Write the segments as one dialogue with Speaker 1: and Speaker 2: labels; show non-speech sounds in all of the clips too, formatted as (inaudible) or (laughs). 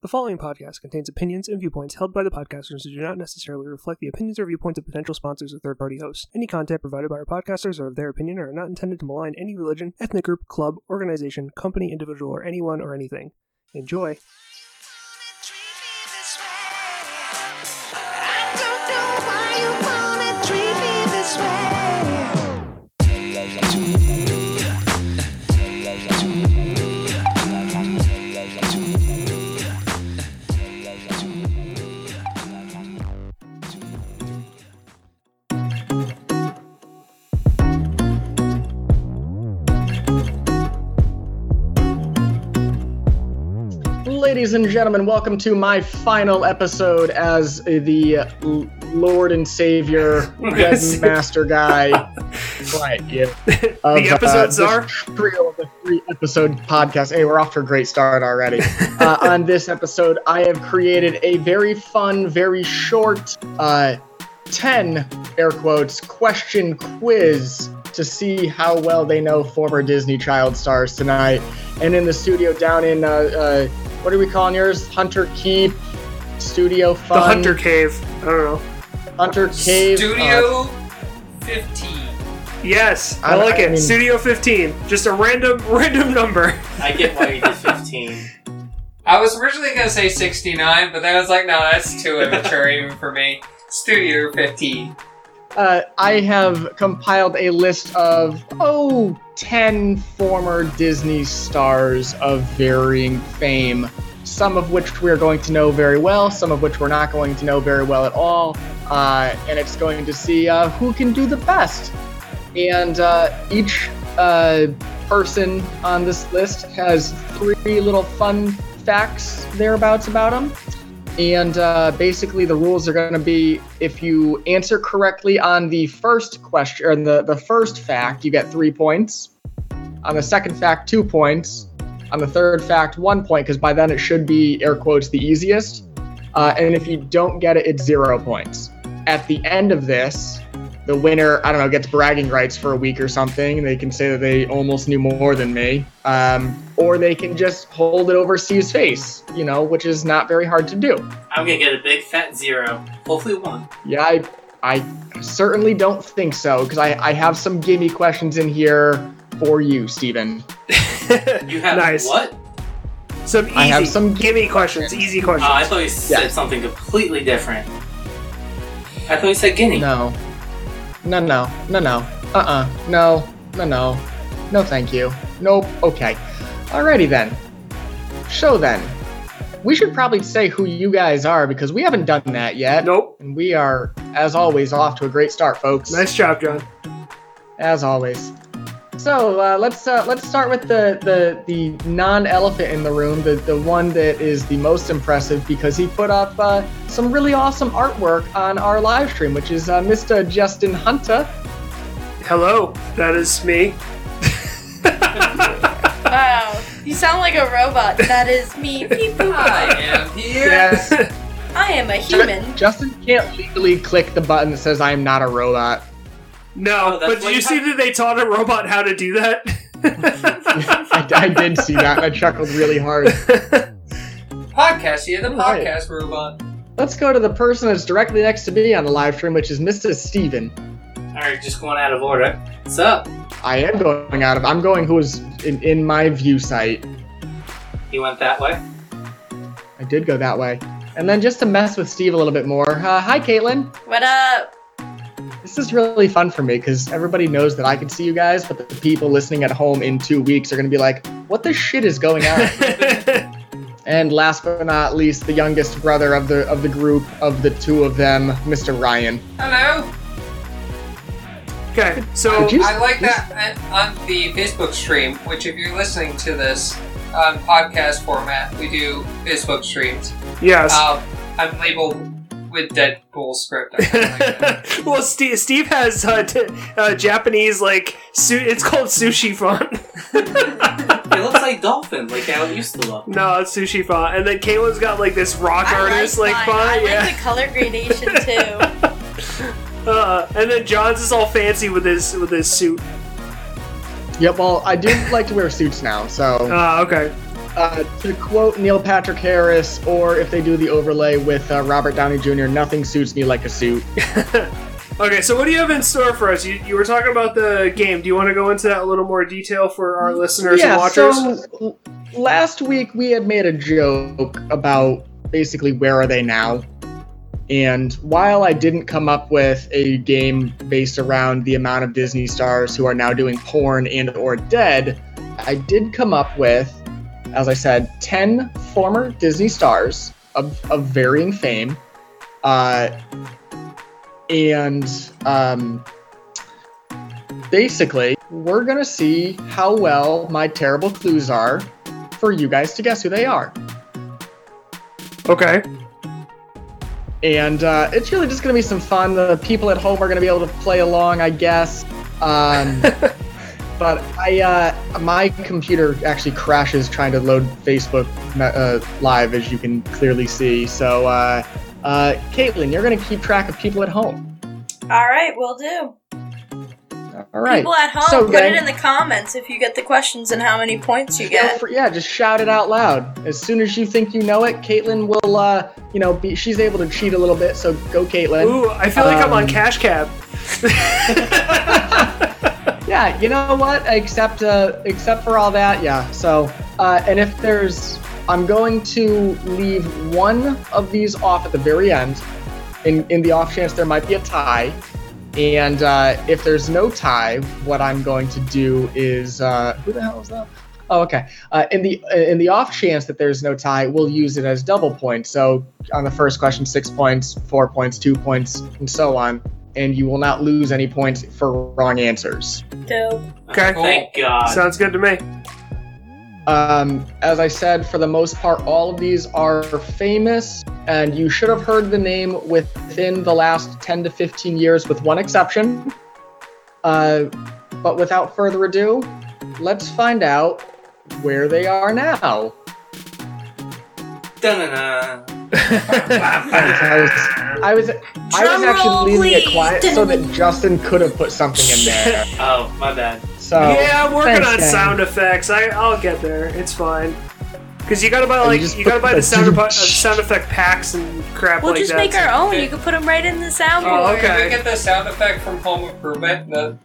Speaker 1: The following podcast contains opinions and viewpoints held by the podcasters who do not necessarily reflect the opinions or viewpoints of potential sponsors or third party hosts. Any content provided by our podcasters are of their opinion and are not intended to malign any religion, ethnic group, club, organization, company, individual, or anyone or anything. Enjoy.
Speaker 2: Ladies and gentlemen, welcome to my final episode as the uh, L- Lord and
Speaker 1: (laughs)
Speaker 2: Savior, Red Master guy. right, yeah. Of, uh,
Speaker 1: The episodes
Speaker 2: this
Speaker 1: are?
Speaker 2: trio of the three episode podcast. Hey, we're off to a great start already.
Speaker 1: (laughs)
Speaker 2: uh, on this episode, I have created a very fun, very short, uh, ten air quotes question quiz to see how well they know former Disney child stars tonight. And in the studio down in uh, uh, what are we calling yours? Hunter Keep Studio Fun.
Speaker 1: The Hunter Cave. I don't know.
Speaker 2: Hunter Cave uh,
Speaker 3: Studio 15.
Speaker 1: Yes, I,
Speaker 2: I-
Speaker 1: like
Speaker 2: I
Speaker 1: it.
Speaker 2: mean-
Speaker 1: Studio 15. Just a random, (laughs) random number.
Speaker 4: I get why you did 15.
Speaker 3: I was originally gonna say 69, but then I was like, no, that's too immature even for me. Studio 15.
Speaker 2: uh, I have compiled a list of oh 10 former Disney stars of varying fame. Some of which we're going to know very well, some of which we're not going to know very well at all. Uh, and it's going to see uh, who can do the best. And uh, each uh, person on this list has three little fun facts thereabouts about them. And uh, basically, the rules are going to be if you answer correctly on the first question, or the, the first fact, you get three points. On the second fact, two points. On the third fact, one point, because by then it should be, air quotes, the easiest. Uh, and if you don't get it, it's zero points. At the end of this, the winner, I don't know, gets bragging rights for a week or something. and They can say that they almost knew more than me. Um, or they can just hold it over C's face, you know, which is not very hard to do.
Speaker 4: I'm gonna get a big fat zero. Hopefully one.
Speaker 2: Yeah, I, I certainly don't think so because I, I have some gimme questions in here for you, Steven.
Speaker 4: You have
Speaker 1: Nice.
Speaker 4: what?
Speaker 1: Some easy,
Speaker 2: I have some- Uh,
Speaker 1: gimme questions. Easy
Speaker 4: Oh,
Speaker 1: questions.
Speaker 4: I thought you said
Speaker 2: Yeah.
Speaker 4: something completely different. I thought you said Guinea.
Speaker 2: No, no, no, no, no, uh, uh no, no, no, no, thank you, nope. Okay, alrighty then. So then, we should probably say who you guys are because we haven't done that yet.
Speaker 1: nope.
Speaker 2: And we are, as always, off to a great start, folks.
Speaker 1: Nice job, John.
Speaker 2: as always. So uh, let's uh, let's start with the the, the non elephant in the room, the the one that is the most impressive because he put up uh, some really awesome artwork on our live stream, which is uh, Mr. Justin Hunter.
Speaker 1: Hello, that is
Speaker 2: (laughs)
Speaker 1: me. (laughs)
Speaker 5: Wow, you sound like a robot. That is me. Beep, boop.
Speaker 3: I am here.
Speaker 5: I am a human.
Speaker 2: Justin can't legally click the button that says "I am not a robot."
Speaker 1: No,
Speaker 4: Oh, that's
Speaker 1: but did
Speaker 4: what
Speaker 1: you
Speaker 4: you
Speaker 1: see
Speaker 4: have-
Speaker 1: that (laughs) they taught a robot how to do that? (laughs)
Speaker 2: I, I did see that, and I chuckled really hard.
Speaker 3: Podcast, yeah, the
Speaker 2: Right.
Speaker 3: podcast robot.
Speaker 2: Let's go to the person that's directly next to me on the live stream, which is Mr. Steven.
Speaker 4: Alright, just going out of order. What's up?
Speaker 2: I am going out of. I'm going who is in, in my view site.
Speaker 4: You went that way?
Speaker 2: I did go that way. And then just to mess with Steve a little bit more, uh, hi Caitlin.
Speaker 5: What up?
Speaker 2: This is really fun for me because everybody knows that I can see you guys, but the people listening at home in two weeks are going to be like, what the shit is going on? and last but not least, the youngest brother of the of the group of the two of them, Mr. Ryan.
Speaker 3: Hello.
Speaker 1: okay, so
Speaker 2: Did you-
Speaker 3: I like that uh, on on the Facebook stream, which if you're listening to this on podcast format, we do Facebook streams.
Speaker 1: yes. (laughs)
Speaker 3: Um, I'm labeled with Deadpool script. I kinda like that.
Speaker 1: well, Steve, Steve has uh, t- uh, Japanese like su- it's called sushi font. (laughs)
Speaker 4: It looks like dolphin, like how it used to look.
Speaker 1: no, it's sushi font. And then Caitlin's got like this rock
Speaker 5: I
Speaker 1: artist like
Speaker 5: mine.
Speaker 1: font.
Speaker 5: I like
Speaker 1: yeah.
Speaker 5: the color gradation too.
Speaker 1: Uh, and then John's is all fancy with his with his suit.
Speaker 2: Yep, well, I do like to wear suits now, so
Speaker 1: Uh, okay.
Speaker 2: uh, to quote Neil Patrick Harris, or if they do the overlay with uh, Robert Downey Jr., nothing suits me like a suit.
Speaker 6: Okay, so what do you have in store for us? You, you were talking about the game. Do you want to go into that a little more detail for our listeners and watchers?
Speaker 2: So l- last week we had made a joke about basically where are they now? And while I didn't come up with a game based around the amount of Disney stars who are now doing porn and or dead, I did come up with, as I said, 10 former Disney stars of, of varying fame. Uh, and um, basically, we're going to see how well my terrible clues are for you guys to guess who they are.
Speaker 6: okay.
Speaker 2: And uh, it's really just going to be some fun. The people at home are going to be able to play along, I guess. Um, but I, uh, my computer actually crashes trying to load Facebook uh, Live, as you can clearly see. So, uh, uh, Caitlin, you're going to keep track of people at home.
Speaker 5: All right, we'll do.
Speaker 2: All right.
Speaker 5: People at home,
Speaker 2: So
Speaker 5: put
Speaker 2: then-
Speaker 5: it in the comments if you get the questions and how many points you
Speaker 2: Feel
Speaker 5: get.
Speaker 2: free- yeah, just shout it out loud. As soon as you think you know it, Caitlin will, uh, you know, be, she's able to cheat a little bit. So go, Caitlin.
Speaker 6: Ooh, I feel like I'm on
Speaker 2: Um,
Speaker 6: Cash Cab.
Speaker 2: Yeah, you know what? Except uh, except for all that, yeah. So, uh, and if there's, I'm going to leave one of these off at the very end, in in the off chance there might be a tie, and uh, if there's no tie, what I'm going to do is, uh, who the hell is that? Oh, okay. Uh, in the in the off chance that there's no tie, we'll use it as double points. So on the first question, six points, four points, two points, and so on. And you will not lose any points for wrong answers.
Speaker 5: Dope.
Speaker 6: Okay.
Speaker 1: Oh,
Speaker 4: Thank Oh God.
Speaker 6: Sounds good to me.
Speaker 2: Um, as I said, for the most part, all of these are famous, and you should have heard the name within the last 10 to 15 years, with one exception. Uh, but without further ado, let's find out where they are now.
Speaker 4: Dun-dun-dun.
Speaker 2: I was, I was, I was
Speaker 5: Drum roll,
Speaker 2: actually leaving it
Speaker 5: please.
Speaker 2: quiet so that Justin could have put something in there.
Speaker 4: Oh, my bad.
Speaker 2: So
Speaker 6: yeah, I'm working
Speaker 2: thanks,
Speaker 6: on
Speaker 2: Dan. (laughs)
Speaker 6: sound effects. I, I'll get there. It's fine. Because you gotta buy
Speaker 2: you
Speaker 6: like
Speaker 2: just
Speaker 6: you gotta
Speaker 2: put
Speaker 6: buy the
Speaker 2: the
Speaker 6: sound,
Speaker 2: dude-
Speaker 6: epo- uh, sound effect packs and crap
Speaker 5: We'll
Speaker 6: like
Speaker 5: just
Speaker 6: that.
Speaker 5: make our own. You can put them right in the soundboard.
Speaker 6: Oh,
Speaker 3: Did
Speaker 6: okay.
Speaker 3: we get the sound effect from Home Improvement? The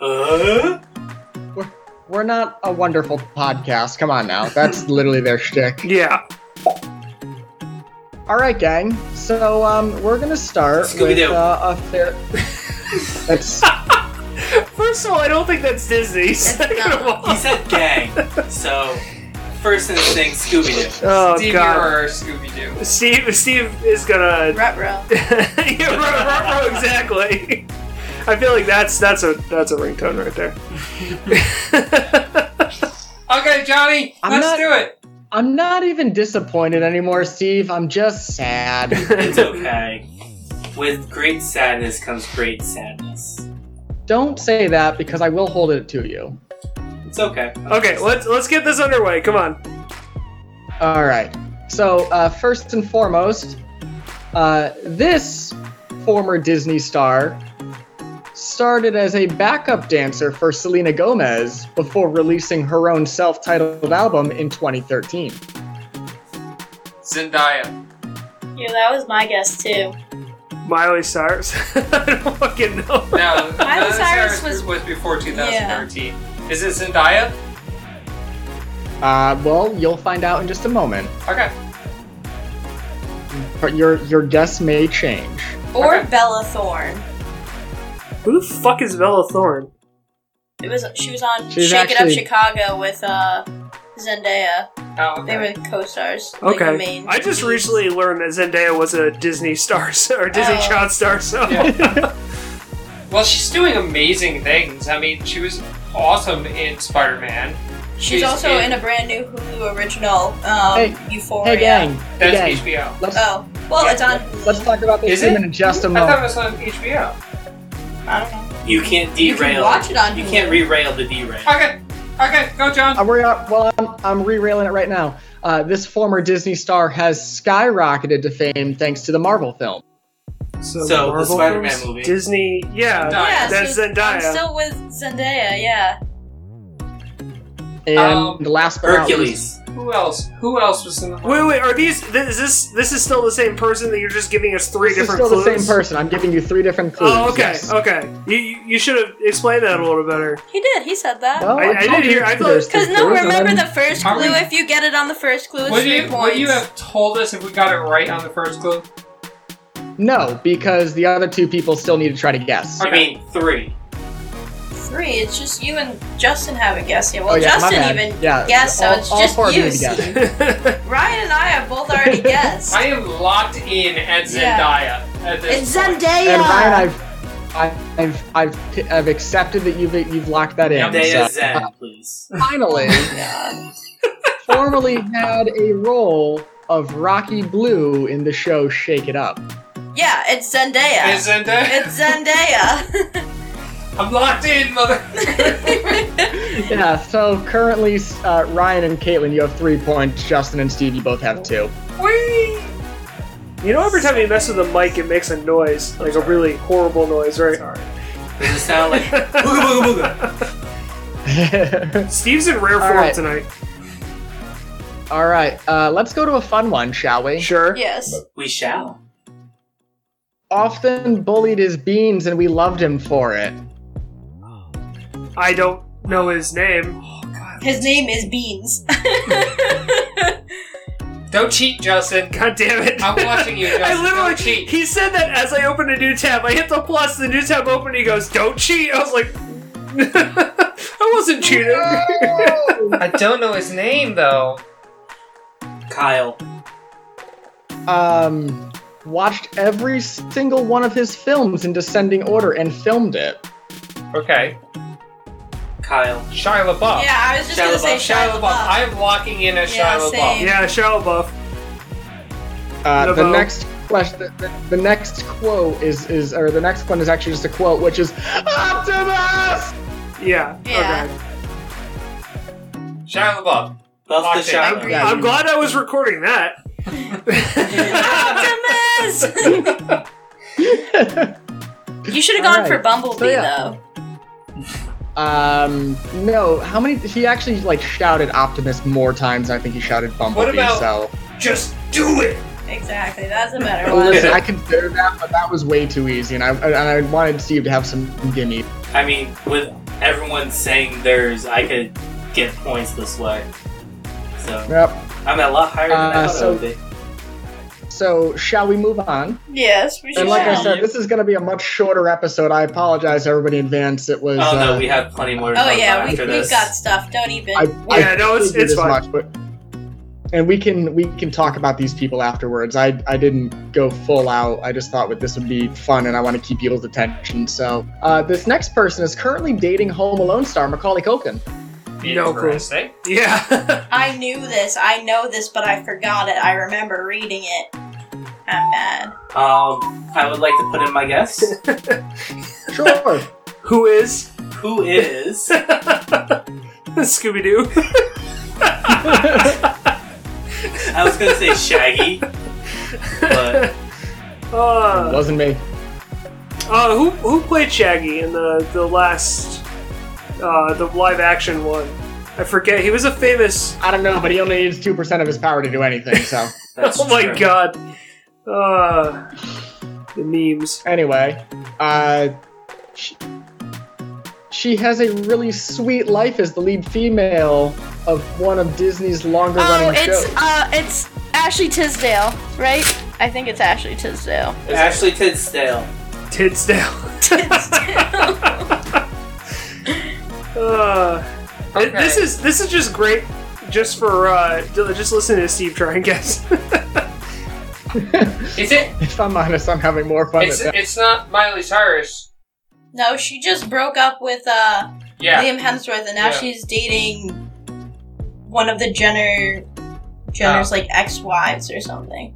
Speaker 4: Uh?
Speaker 2: we're not a wonderful podcast. Come on now, that's literally their shtick.
Speaker 6: yeah.
Speaker 2: All right, gang. So um, we're gonna start with
Speaker 4: Scooby-Doo.
Speaker 2: uh, a fair. That's
Speaker 6: First of all, I don't think that's Disney. Second of all,
Speaker 4: He said gang. So, first in the thing, Scooby Doo.
Speaker 6: oh
Speaker 3: Stevie
Speaker 6: god,
Speaker 3: or Scooby Doo?
Speaker 6: Steve Steve is gonna. (laughs)
Speaker 5: Ruh-roh.
Speaker 6: yeah, right, right, right, exactly. (laughs) I feel like that's that's a that's a ringtone right there. (laughs)
Speaker 3: Okay, Johnny,
Speaker 2: I'm
Speaker 3: let's
Speaker 2: not-
Speaker 3: do it.
Speaker 2: I'm not even disappointed anymore, Steve. I'm just
Speaker 1: (laughs)
Speaker 2: sad.
Speaker 4: It's okay. With great sadness comes great sadness.
Speaker 2: Don't say that because I will hold it to you.
Speaker 4: It's okay.
Speaker 6: okay, let's let's get this underway. Come on.
Speaker 2: All right. So uh, first and foremost, uh, this former Disney star started as a backup dancer for Selena Gomez before releasing her own self-titled album in 2013.
Speaker 3: Zendaya.
Speaker 5: Yeah, that was my guess too.
Speaker 6: Miley Cyrus. (laughs) I don't fucking know.
Speaker 2: (laughs)
Speaker 3: No, Miley
Speaker 5: Cyrus was-
Speaker 3: was before 2013. Is it Zendaya?
Speaker 2: Uh, well, you'll find out in just a moment.
Speaker 3: Okay.
Speaker 2: But your your guess may change.
Speaker 5: Or
Speaker 3: Okay.
Speaker 5: Bella Thorne.
Speaker 6: Who the fuck is Bella Thorne?
Speaker 5: It was she was on
Speaker 2: She's
Speaker 5: Shake
Speaker 2: actually-
Speaker 5: It Up Chicago with uh, Zendaya.
Speaker 3: Oh,
Speaker 5: They
Speaker 3: okay.
Speaker 5: were co-stars. like, the
Speaker 6: Okay.
Speaker 5: main
Speaker 6: I just
Speaker 5: leads.
Speaker 6: recently learned that Zendaya was a
Speaker 1: (laughs)
Speaker 6: Disney star so- or Disney
Speaker 5: Oh.
Speaker 6: child star, so
Speaker 3: Yeah. well, she's doing amazing things. I mean, she was awesome in Spider Man.
Speaker 5: She's also in a brand new Hulu original, um,
Speaker 2: Hey.
Speaker 5: Euphoria.
Speaker 2: Hey gang, hey
Speaker 3: That's
Speaker 2: gang.
Speaker 3: HBO.
Speaker 2: Let's,
Speaker 5: Oh, well, it's on Hulu.
Speaker 2: let's talk about this
Speaker 3: Is
Speaker 2: in
Speaker 3: it?
Speaker 2: just a
Speaker 3: I thought it
Speaker 2: moment.
Speaker 3: was on HBO.
Speaker 5: I don't know.
Speaker 4: You can't derail.
Speaker 5: You can watch it on
Speaker 4: You
Speaker 5: Hulu.
Speaker 4: can't re-rail the derail.
Speaker 3: Okay. Okay, go, John.
Speaker 2: Uh, we're not- well, I'm, I'm re-railing it right now. Uh, this former Disney star has skyrocketed to fame thanks to the Marvel film.
Speaker 6: So,
Speaker 4: the
Speaker 6: Marvel
Speaker 4: Spider-Man
Speaker 6: films,
Speaker 4: movie.
Speaker 6: Disney, yeah,
Speaker 3: Zendaya.
Speaker 5: Yeah,
Speaker 6: that's
Speaker 5: so
Speaker 6: Zendaya.
Speaker 5: I'm still with Zendaya. Yeah.
Speaker 2: And
Speaker 1: Oh.
Speaker 3: Um,
Speaker 2: last but not least,
Speaker 4: Hercules.
Speaker 3: Who else? Who else was in the?
Speaker 1: Wait, wait, are these? This is this, this is still the same person that you're just giving us three
Speaker 2: this is
Speaker 1: different
Speaker 2: still
Speaker 1: clues.
Speaker 2: the same person. I'm giving you three different clues.
Speaker 1: Oh, okay,
Speaker 2: yes.
Speaker 1: okay. You you you should have explained that a little better.
Speaker 5: He did. He said that.
Speaker 2: Well,
Speaker 1: I- I
Speaker 2: told
Speaker 1: didn't
Speaker 2: you
Speaker 1: hear- I thought-
Speaker 2: there's two
Speaker 5: Because no,
Speaker 2: clues, and
Speaker 5: remember
Speaker 2: then-
Speaker 5: the first
Speaker 3: Are
Speaker 5: clue.
Speaker 3: we-
Speaker 5: If you get it on the first clue, it's
Speaker 3: Would
Speaker 5: three
Speaker 3: you,
Speaker 5: points.
Speaker 3: would you have told us if we got it right on the first clue?
Speaker 2: (laughs) (laughs) No, because the other two people still need to try to guess.
Speaker 4: I mean, three.
Speaker 5: Three. It's just you and Justin haven't guessed yet. Well,
Speaker 2: oh, yeah, my
Speaker 5: Justin
Speaker 2: bad.
Speaker 5: even
Speaker 2: yeah,
Speaker 5: guessed, so
Speaker 2: all-
Speaker 5: it's
Speaker 2: all
Speaker 5: just
Speaker 2: four of you
Speaker 5: you.
Speaker 2: need to guess.
Speaker 5: see. (laughs) Ryan and I have both
Speaker 2: (laughs)
Speaker 5: already guessed.
Speaker 3: I am locked in at
Speaker 5: Yeah.
Speaker 3: Zendaya. At this
Speaker 5: It's
Speaker 3: point.
Speaker 5: Zendaya.
Speaker 2: And Ryan, I've, I've, I've, I've, I've accepted that you've you've locked that in.
Speaker 4: Zendaya
Speaker 2: so-
Speaker 4: Zen,
Speaker 2: Uh,
Speaker 4: please.
Speaker 2: finally, (laughs) formerly had a role of Rocky Blue in the show Shake It Up.
Speaker 5: Yeah, it's Zendaya.
Speaker 3: It's Zendaya.
Speaker 5: It's Zendaya.
Speaker 3: (laughs)
Speaker 5: (laughs)
Speaker 3: I'm locked in, mother. (laughs)
Speaker 2: Yeah. So currently, uh, Ryan and Caitlin, you have three points. Justin and Steve, you both have two. (laughs)
Speaker 3: Whee!
Speaker 1: You know, every time you mess with the mic, it makes a noise, like a really horrible noise, right?
Speaker 3: Sorry.
Speaker 4: Does it sound like booga booga
Speaker 1: Steve's in rare
Speaker 2: All
Speaker 1: form
Speaker 2: right.
Speaker 1: tonight.
Speaker 2: All right. Uh, let's go to a fun one, shall we?
Speaker 1: Sure.
Speaker 5: yes.
Speaker 4: booga? We shall.
Speaker 2: Often bullied his beans, and we loved him for it.
Speaker 1: I don't know his name.
Speaker 5: His name is Beans. (laughs)
Speaker 3: Don't cheat, Justin.
Speaker 1: God damn it.
Speaker 3: I'm watching
Speaker 1: (laughs)
Speaker 3: you, Justin.
Speaker 1: I literally
Speaker 3: Don't cheat.
Speaker 1: He said that as I opened a new tab. I hit the plus, the new tab opened, he goes, Don't cheat. I was like, (laughs) I wasn't cheating.
Speaker 3: I don't know his name though.
Speaker 4: Kyle.
Speaker 2: um, watched every single one of his films in descending order and filmed it.
Speaker 3: Okay,
Speaker 4: Kyle.
Speaker 3: Shia LaBeouf.
Speaker 5: yeah, I was just
Speaker 4: Shia
Speaker 5: gonna say
Speaker 4: LaBeouf,
Speaker 5: Shia LaBeouf.
Speaker 3: I am locking in a
Speaker 5: Yeah,
Speaker 3: Shia
Speaker 5: same.
Speaker 3: LaBeouf.
Speaker 1: yeah, Shia LaBeouf.
Speaker 2: Uh, the
Speaker 1: Laveau.
Speaker 2: next question, the, the, the next quote is is or the next one is actually just a quote, which is Optimus.
Speaker 1: Yeah.
Speaker 5: Yeah.
Speaker 1: Okay.
Speaker 3: Shia LaBeouf.
Speaker 4: Love the
Speaker 3: Locked in.
Speaker 4: shot.
Speaker 5: Agree.
Speaker 1: I'm glad I was recording that.
Speaker 5: Optimus. you should have gone
Speaker 2: Alright,
Speaker 5: for Bumblebee
Speaker 2: so yeah.
Speaker 5: though.
Speaker 2: um, no, how many? He actually like shouted Optimus more times. than I think he shouted Bumblebee.
Speaker 3: about-
Speaker 2: so
Speaker 3: (laughs) Just do it.
Speaker 5: Exactly. That's a better
Speaker 2: Well,
Speaker 5: one.
Speaker 2: listen, I considered that, but that was way too easy, and I and I wanted Steve to have some gimme.
Speaker 4: I mean, with everyone saying theirs, I could get points this way. So
Speaker 2: Yep.
Speaker 4: I'm a lot higher than I
Speaker 2: Uh,
Speaker 4: thought
Speaker 2: so-
Speaker 4: I would be.
Speaker 2: So shall we move on?
Speaker 5: Yes, we should.
Speaker 2: And like I
Speaker 4: Yeah.
Speaker 2: said, this is going to be a much shorter episode. I apologize, to everybody, in advance. It was.
Speaker 4: Oh no,
Speaker 2: uh,
Speaker 4: we have plenty more. to
Speaker 5: oh
Speaker 4: talk
Speaker 5: yeah,
Speaker 4: about
Speaker 5: we,
Speaker 4: after
Speaker 5: we've
Speaker 4: this.
Speaker 5: got stuff. Don't even.
Speaker 2: I,
Speaker 1: Yeah, no, it's-
Speaker 2: figured
Speaker 1: it's
Speaker 2: as
Speaker 1: fine.
Speaker 2: much, but- and we can we can talk about these people afterwards. I I didn't go full out. I just thought that this would be fun, and I want to keep people's attention. So uh, this next person is currently dating Home Alone star Macaulay Culkin.
Speaker 1: No clue.
Speaker 3: Interesting.
Speaker 1: yeah. (laughs)
Speaker 5: I knew this. I know this, but I forgot it. I remember reading it. I'm mad.
Speaker 4: Um, I would like to put in my guess.
Speaker 1: (laughs)
Speaker 2: Sure.
Speaker 1: Who is (laughs)
Speaker 4: Who is?
Speaker 1: Scooby Doo?
Speaker 4: I was gonna say Shaggy, but
Speaker 1: (laughs) Uh,
Speaker 2: Wasn't me.
Speaker 1: uh, who who played Shaggy in the the last uh, the live action one? I forget. He was a famous. (laughs) oh
Speaker 2: I don't know, but he only needs two percent of his power to do anything. So
Speaker 4: that's
Speaker 1: oh my
Speaker 4: true.
Speaker 1: god. Uh, the memes.
Speaker 2: anyway, uh, she, she has a really sweet life as the lead female of one of Disney's longer
Speaker 5: Oh,
Speaker 2: running
Speaker 5: it's
Speaker 2: shows.
Speaker 5: uh, it's Ashley Tisdale, right? I think it's Ashley Tisdale.
Speaker 4: Ashley Tisdale.
Speaker 6: (laughs)
Speaker 1: Tidsdale.
Speaker 5: Tisdale.
Speaker 1: Uh,
Speaker 3: Okay.
Speaker 1: This is this is just great, just for uh, just listening to Steve try and guess.
Speaker 6: (laughs)
Speaker 3: Is it?
Speaker 2: If I'm honest, I'm having more fun.
Speaker 3: It's
Speaker 2: At that.
Speaker 3: it's not Miley Cyrus.
Speaker 5: no, she just broke up with uh
Speaker 3: Yeah.
Speaker 5: Liam Hemsworth, and now
Speaker 3: Yeah.
Speaker 5: she's dating one of the Jenner Jenner's like ex-wives or something.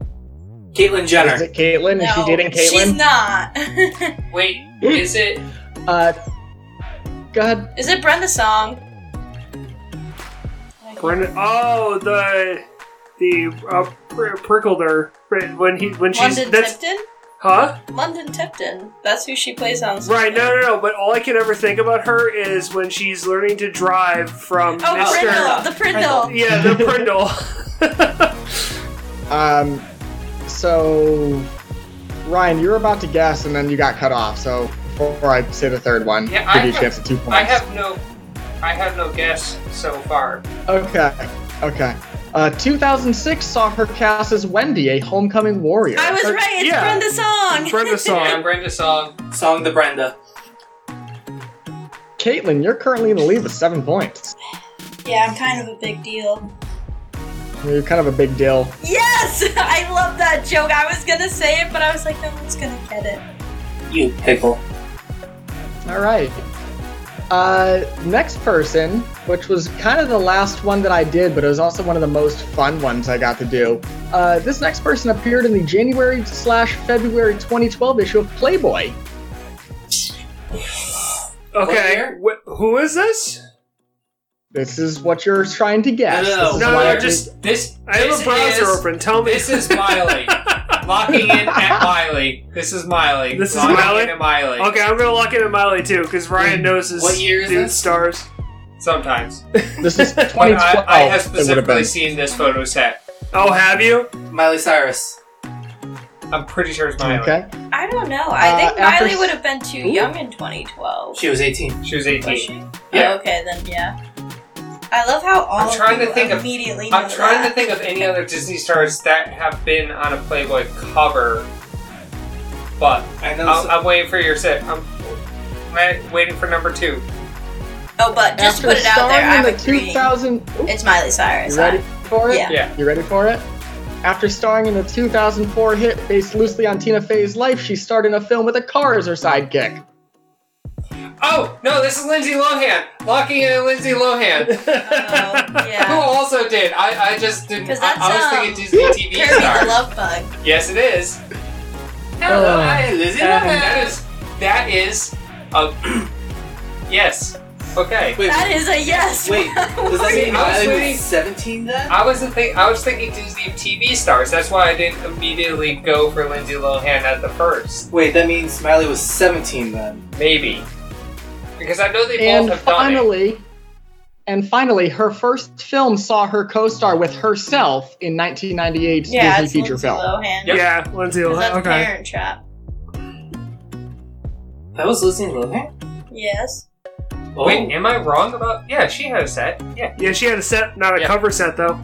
Speaker 4: Caitlyn
Speaker 2: Is
Speaker 4: Jenner.
Speaker 2: it Caitlyn? Is she
Speaker 5: No,
Speaker 2: dating
Speaker 5: She's
Speaker 2: Caitlyn?
Speaker 5: not. (laughs)
Speaker 3: Wait. Is it?
Speaker 2: uh, go ahead.
Speaker 5: Is it Brenda Song?
Speaker 1: Brendan, oh the the uh, pr- prickled her when he when
Speaker 5: London
Speaker 1: she's that's
Speaker 5: Tipton?
Speaker 6: Huh?
Speaker 5: London Tipton. That's who she plays on.
Speaker 6: Right, no, no, no. But all I can ever think about her is when she's learning to drive from
Speaker 5: Oh,
Speaker 6: Mr.
Speaker 5: Prindle. The Prindle.
Speaker 6: Yeah, (laughs) the Prindle.
Speaker 2: Um, so, Ryan, you were about to guess, and then you got cut off. So before I say the third one,
Speaker 3: Yeah,
Speaker 2: give
Speaker 3: I
Speaker 2: you a
Speaker 3: have-
Speaker 2: chance at two points.
Speaker 3: I have no, I have no guess so far.
Speaker 2: Okay. Okay. Uh, 2006 saw her cast as Wendy, a homecoming warrior.
Speaker 5: I was
Speaker 6: Uh,
Speaker 5: right. It's
Speaker 6: yeah.
Speaker 5: Brenda Song.
Speaker 3: (laughs)
Speaker 6: Brenda
Speaker 3: Yeah,
Speaker 6: song.
Speaker 3: Brenda song.
Speaker 4: Song the Brenda.
Speaker 2: Caitlin, you're currently in the lead with seven points.
Speaker 5: (laughs) Yeah, I'm kind of a big deal.
Speaker 2: You're kind of a big deal.
Speaker 5: Yes, (laughs) I love that joke. I was gonna say it, but I was like, no one's gonna get it.
Speaker 4: You pickle.
Speaker 2: All right. Uh, next person, which was kind of the last one that I did, but it was also one of the most fun ones I got to do. Uh, this next person appeared in the January slash February 2012 issue of Playboy.
Speaker 6: Okay, wh- who is this?
Speaker 2: This is what you're trying to guess.
Speaker 4: No, no, no.
Speaker 2: This is
Speaker 6: No,
Speaker 2: why
Speaker 6: no,
Speaker 2: I-
Speaker 6: just
Speaker 3: This.
Speaker 6: I have
Speaker 3: this
Speaker 6: a browser
Speaker 3: is-
Speaker 6: open. Tell me.
Speaker 3: This is Miley. Locking in at Miley. This is Miley.
Speaker 6: This is
Speaker 3: Locking
Speaker 6: Miley?
Speaker 3: in at Miley.
Speaker 6: okay, I'm gonna lock in at Miley too, because Ryan knows his
Speaker 4: What year is
Speaker 6: dude
Speaker 4: this?
Speaker 6: stars. (laughs)
Speaker 3: Sometimes.
Speaker 2: this is 2012.
Speaker 3: But I, I have
Speaker 2: it would have
Speaker 3: specifically
Speaker 2: been.
Speaker 3: seen this photo set.
Speaker 6: Oh, have you?
Speaker 4: Miley Cyrus.
Speaker 3: I'm pretty sure it's Miley.
Speaker 2: Okay.
Speaker 5: I don't know. I
Speaker 2: Uh,
Speaker 5: think
Speaker 2: after
Speaker 5: Miley
Speaker 2: s-
Speaker 5: would have been too
Speaker 2: Ooh.
Speaker 5: young in 2012.
Speaker 4: She was 18.
Speaker 3: She was
Speaker 5: Was
Speaker 3: 18.
Speaker 5: she?
Speaker 3: Yeah.
Speaker 5: Oh, okay, then yeah. I love how all
Speaker 3: I'm
Speaker 5: of
Speaker 3: trying to
Speaker 5: you
Speaker 3: think of-
Speaker 5: immediately.
Speaker 3: I'm
Speaker 5: know
Speaker 3: trying to
Speaker 5: that.
Speaker 3: think of any other Disney stars that have been on a Playboy cover, but
Speaker 4: I know.
Speaker 3: I'll, I'm waiting for your set. I'm, I'm waiting for number two.
Speaker 5: Oh, but just
Speaker 2: After
Speaker 5: put it out there.
Speaker 2: starring
Speaker 5: I'm
Speaker 2: in the
Speaker 5: agreeing.
Speaker 2: 2000. Oops.
Speaker 5: It's Miley Cyrus.
Speaker 2: You ready for it?
Speaker 5: Yeah.
Speaker 3: Yeah.
Speaker 2: You ready for it? After starring in the 2004 hit based loosely on Tina Fey's life, she starred in a film with a car as her sidekick.
Speaker 3: Oh no, this is Lindsay Lohan. Locking in at Lindsay Lohan,
Speaker 6: (laughs)
Speaker 5: Oh,
Speaker 2: (laughs)
Speaker 3: who
Speaker 5: yeah.
Speaker 3: also did. I, I just didn't. I,
Speaker 5: 'Cause that's,
Speaker 3: I was
Speaker 5: um,
Speaker 3: thinking Disney TV
Speaker 5: Kirby the
Speaker 3: star.
Speaker 5: Love Bug.
Speaker 3: Yes, it is.
Speaker 4: Hello,
Speaker 2: Uh,
Speaker 4: I am Lizzie
Speaker 3: And
Speaker 4: Lohan.
Speaker 3: that is that is a (clears throat) yes. Okay.
Speaker 4: Wait,
Speaker 5: That is a yes.
Speaker 4: wait. Does that mean
Speaker 3: I was
Speaker 4: Miley
Speaker 3: waiting-
Speaker 4: was 17 then?
Speaker 3: I wasn't think I was thinking Disney TV stars. That's why I didn't immediately go for Lindsay Lohan at the first.
Speaker 4: Wait, that means Miley was 17 then.
Speaker 3: Maybe because I know they both
Speaker 2: And
Speaker 3: have done it.
Speaker 2: finally, and finally, her first film saw her co-star with herself in 1998's
Speaker 5: yeah, it's
Speaker 2: Disney feature
Speaker 5: Lindsay
Speaker 2: film.
Speaker 5: Lohan.
Speaker 6: Yeah, Lindsay.
Speaker 5: 'Cause
Speaker 6: Lohan.
Speaker 5: That's
Speaker 6: Okay.
Speaker 5: Parent Trap.
Speaker 4: That was Lizzie Lohan?
Speaker 5: Yes.
Speaker 4: Oh.
Speaker 3: Wait, am I wrong about? Yeah, she had a set. Yeah.
Speaker 6: Yeah, she had a set, not a
Speaker 3: Yeah.
Speaker 6: cover set though.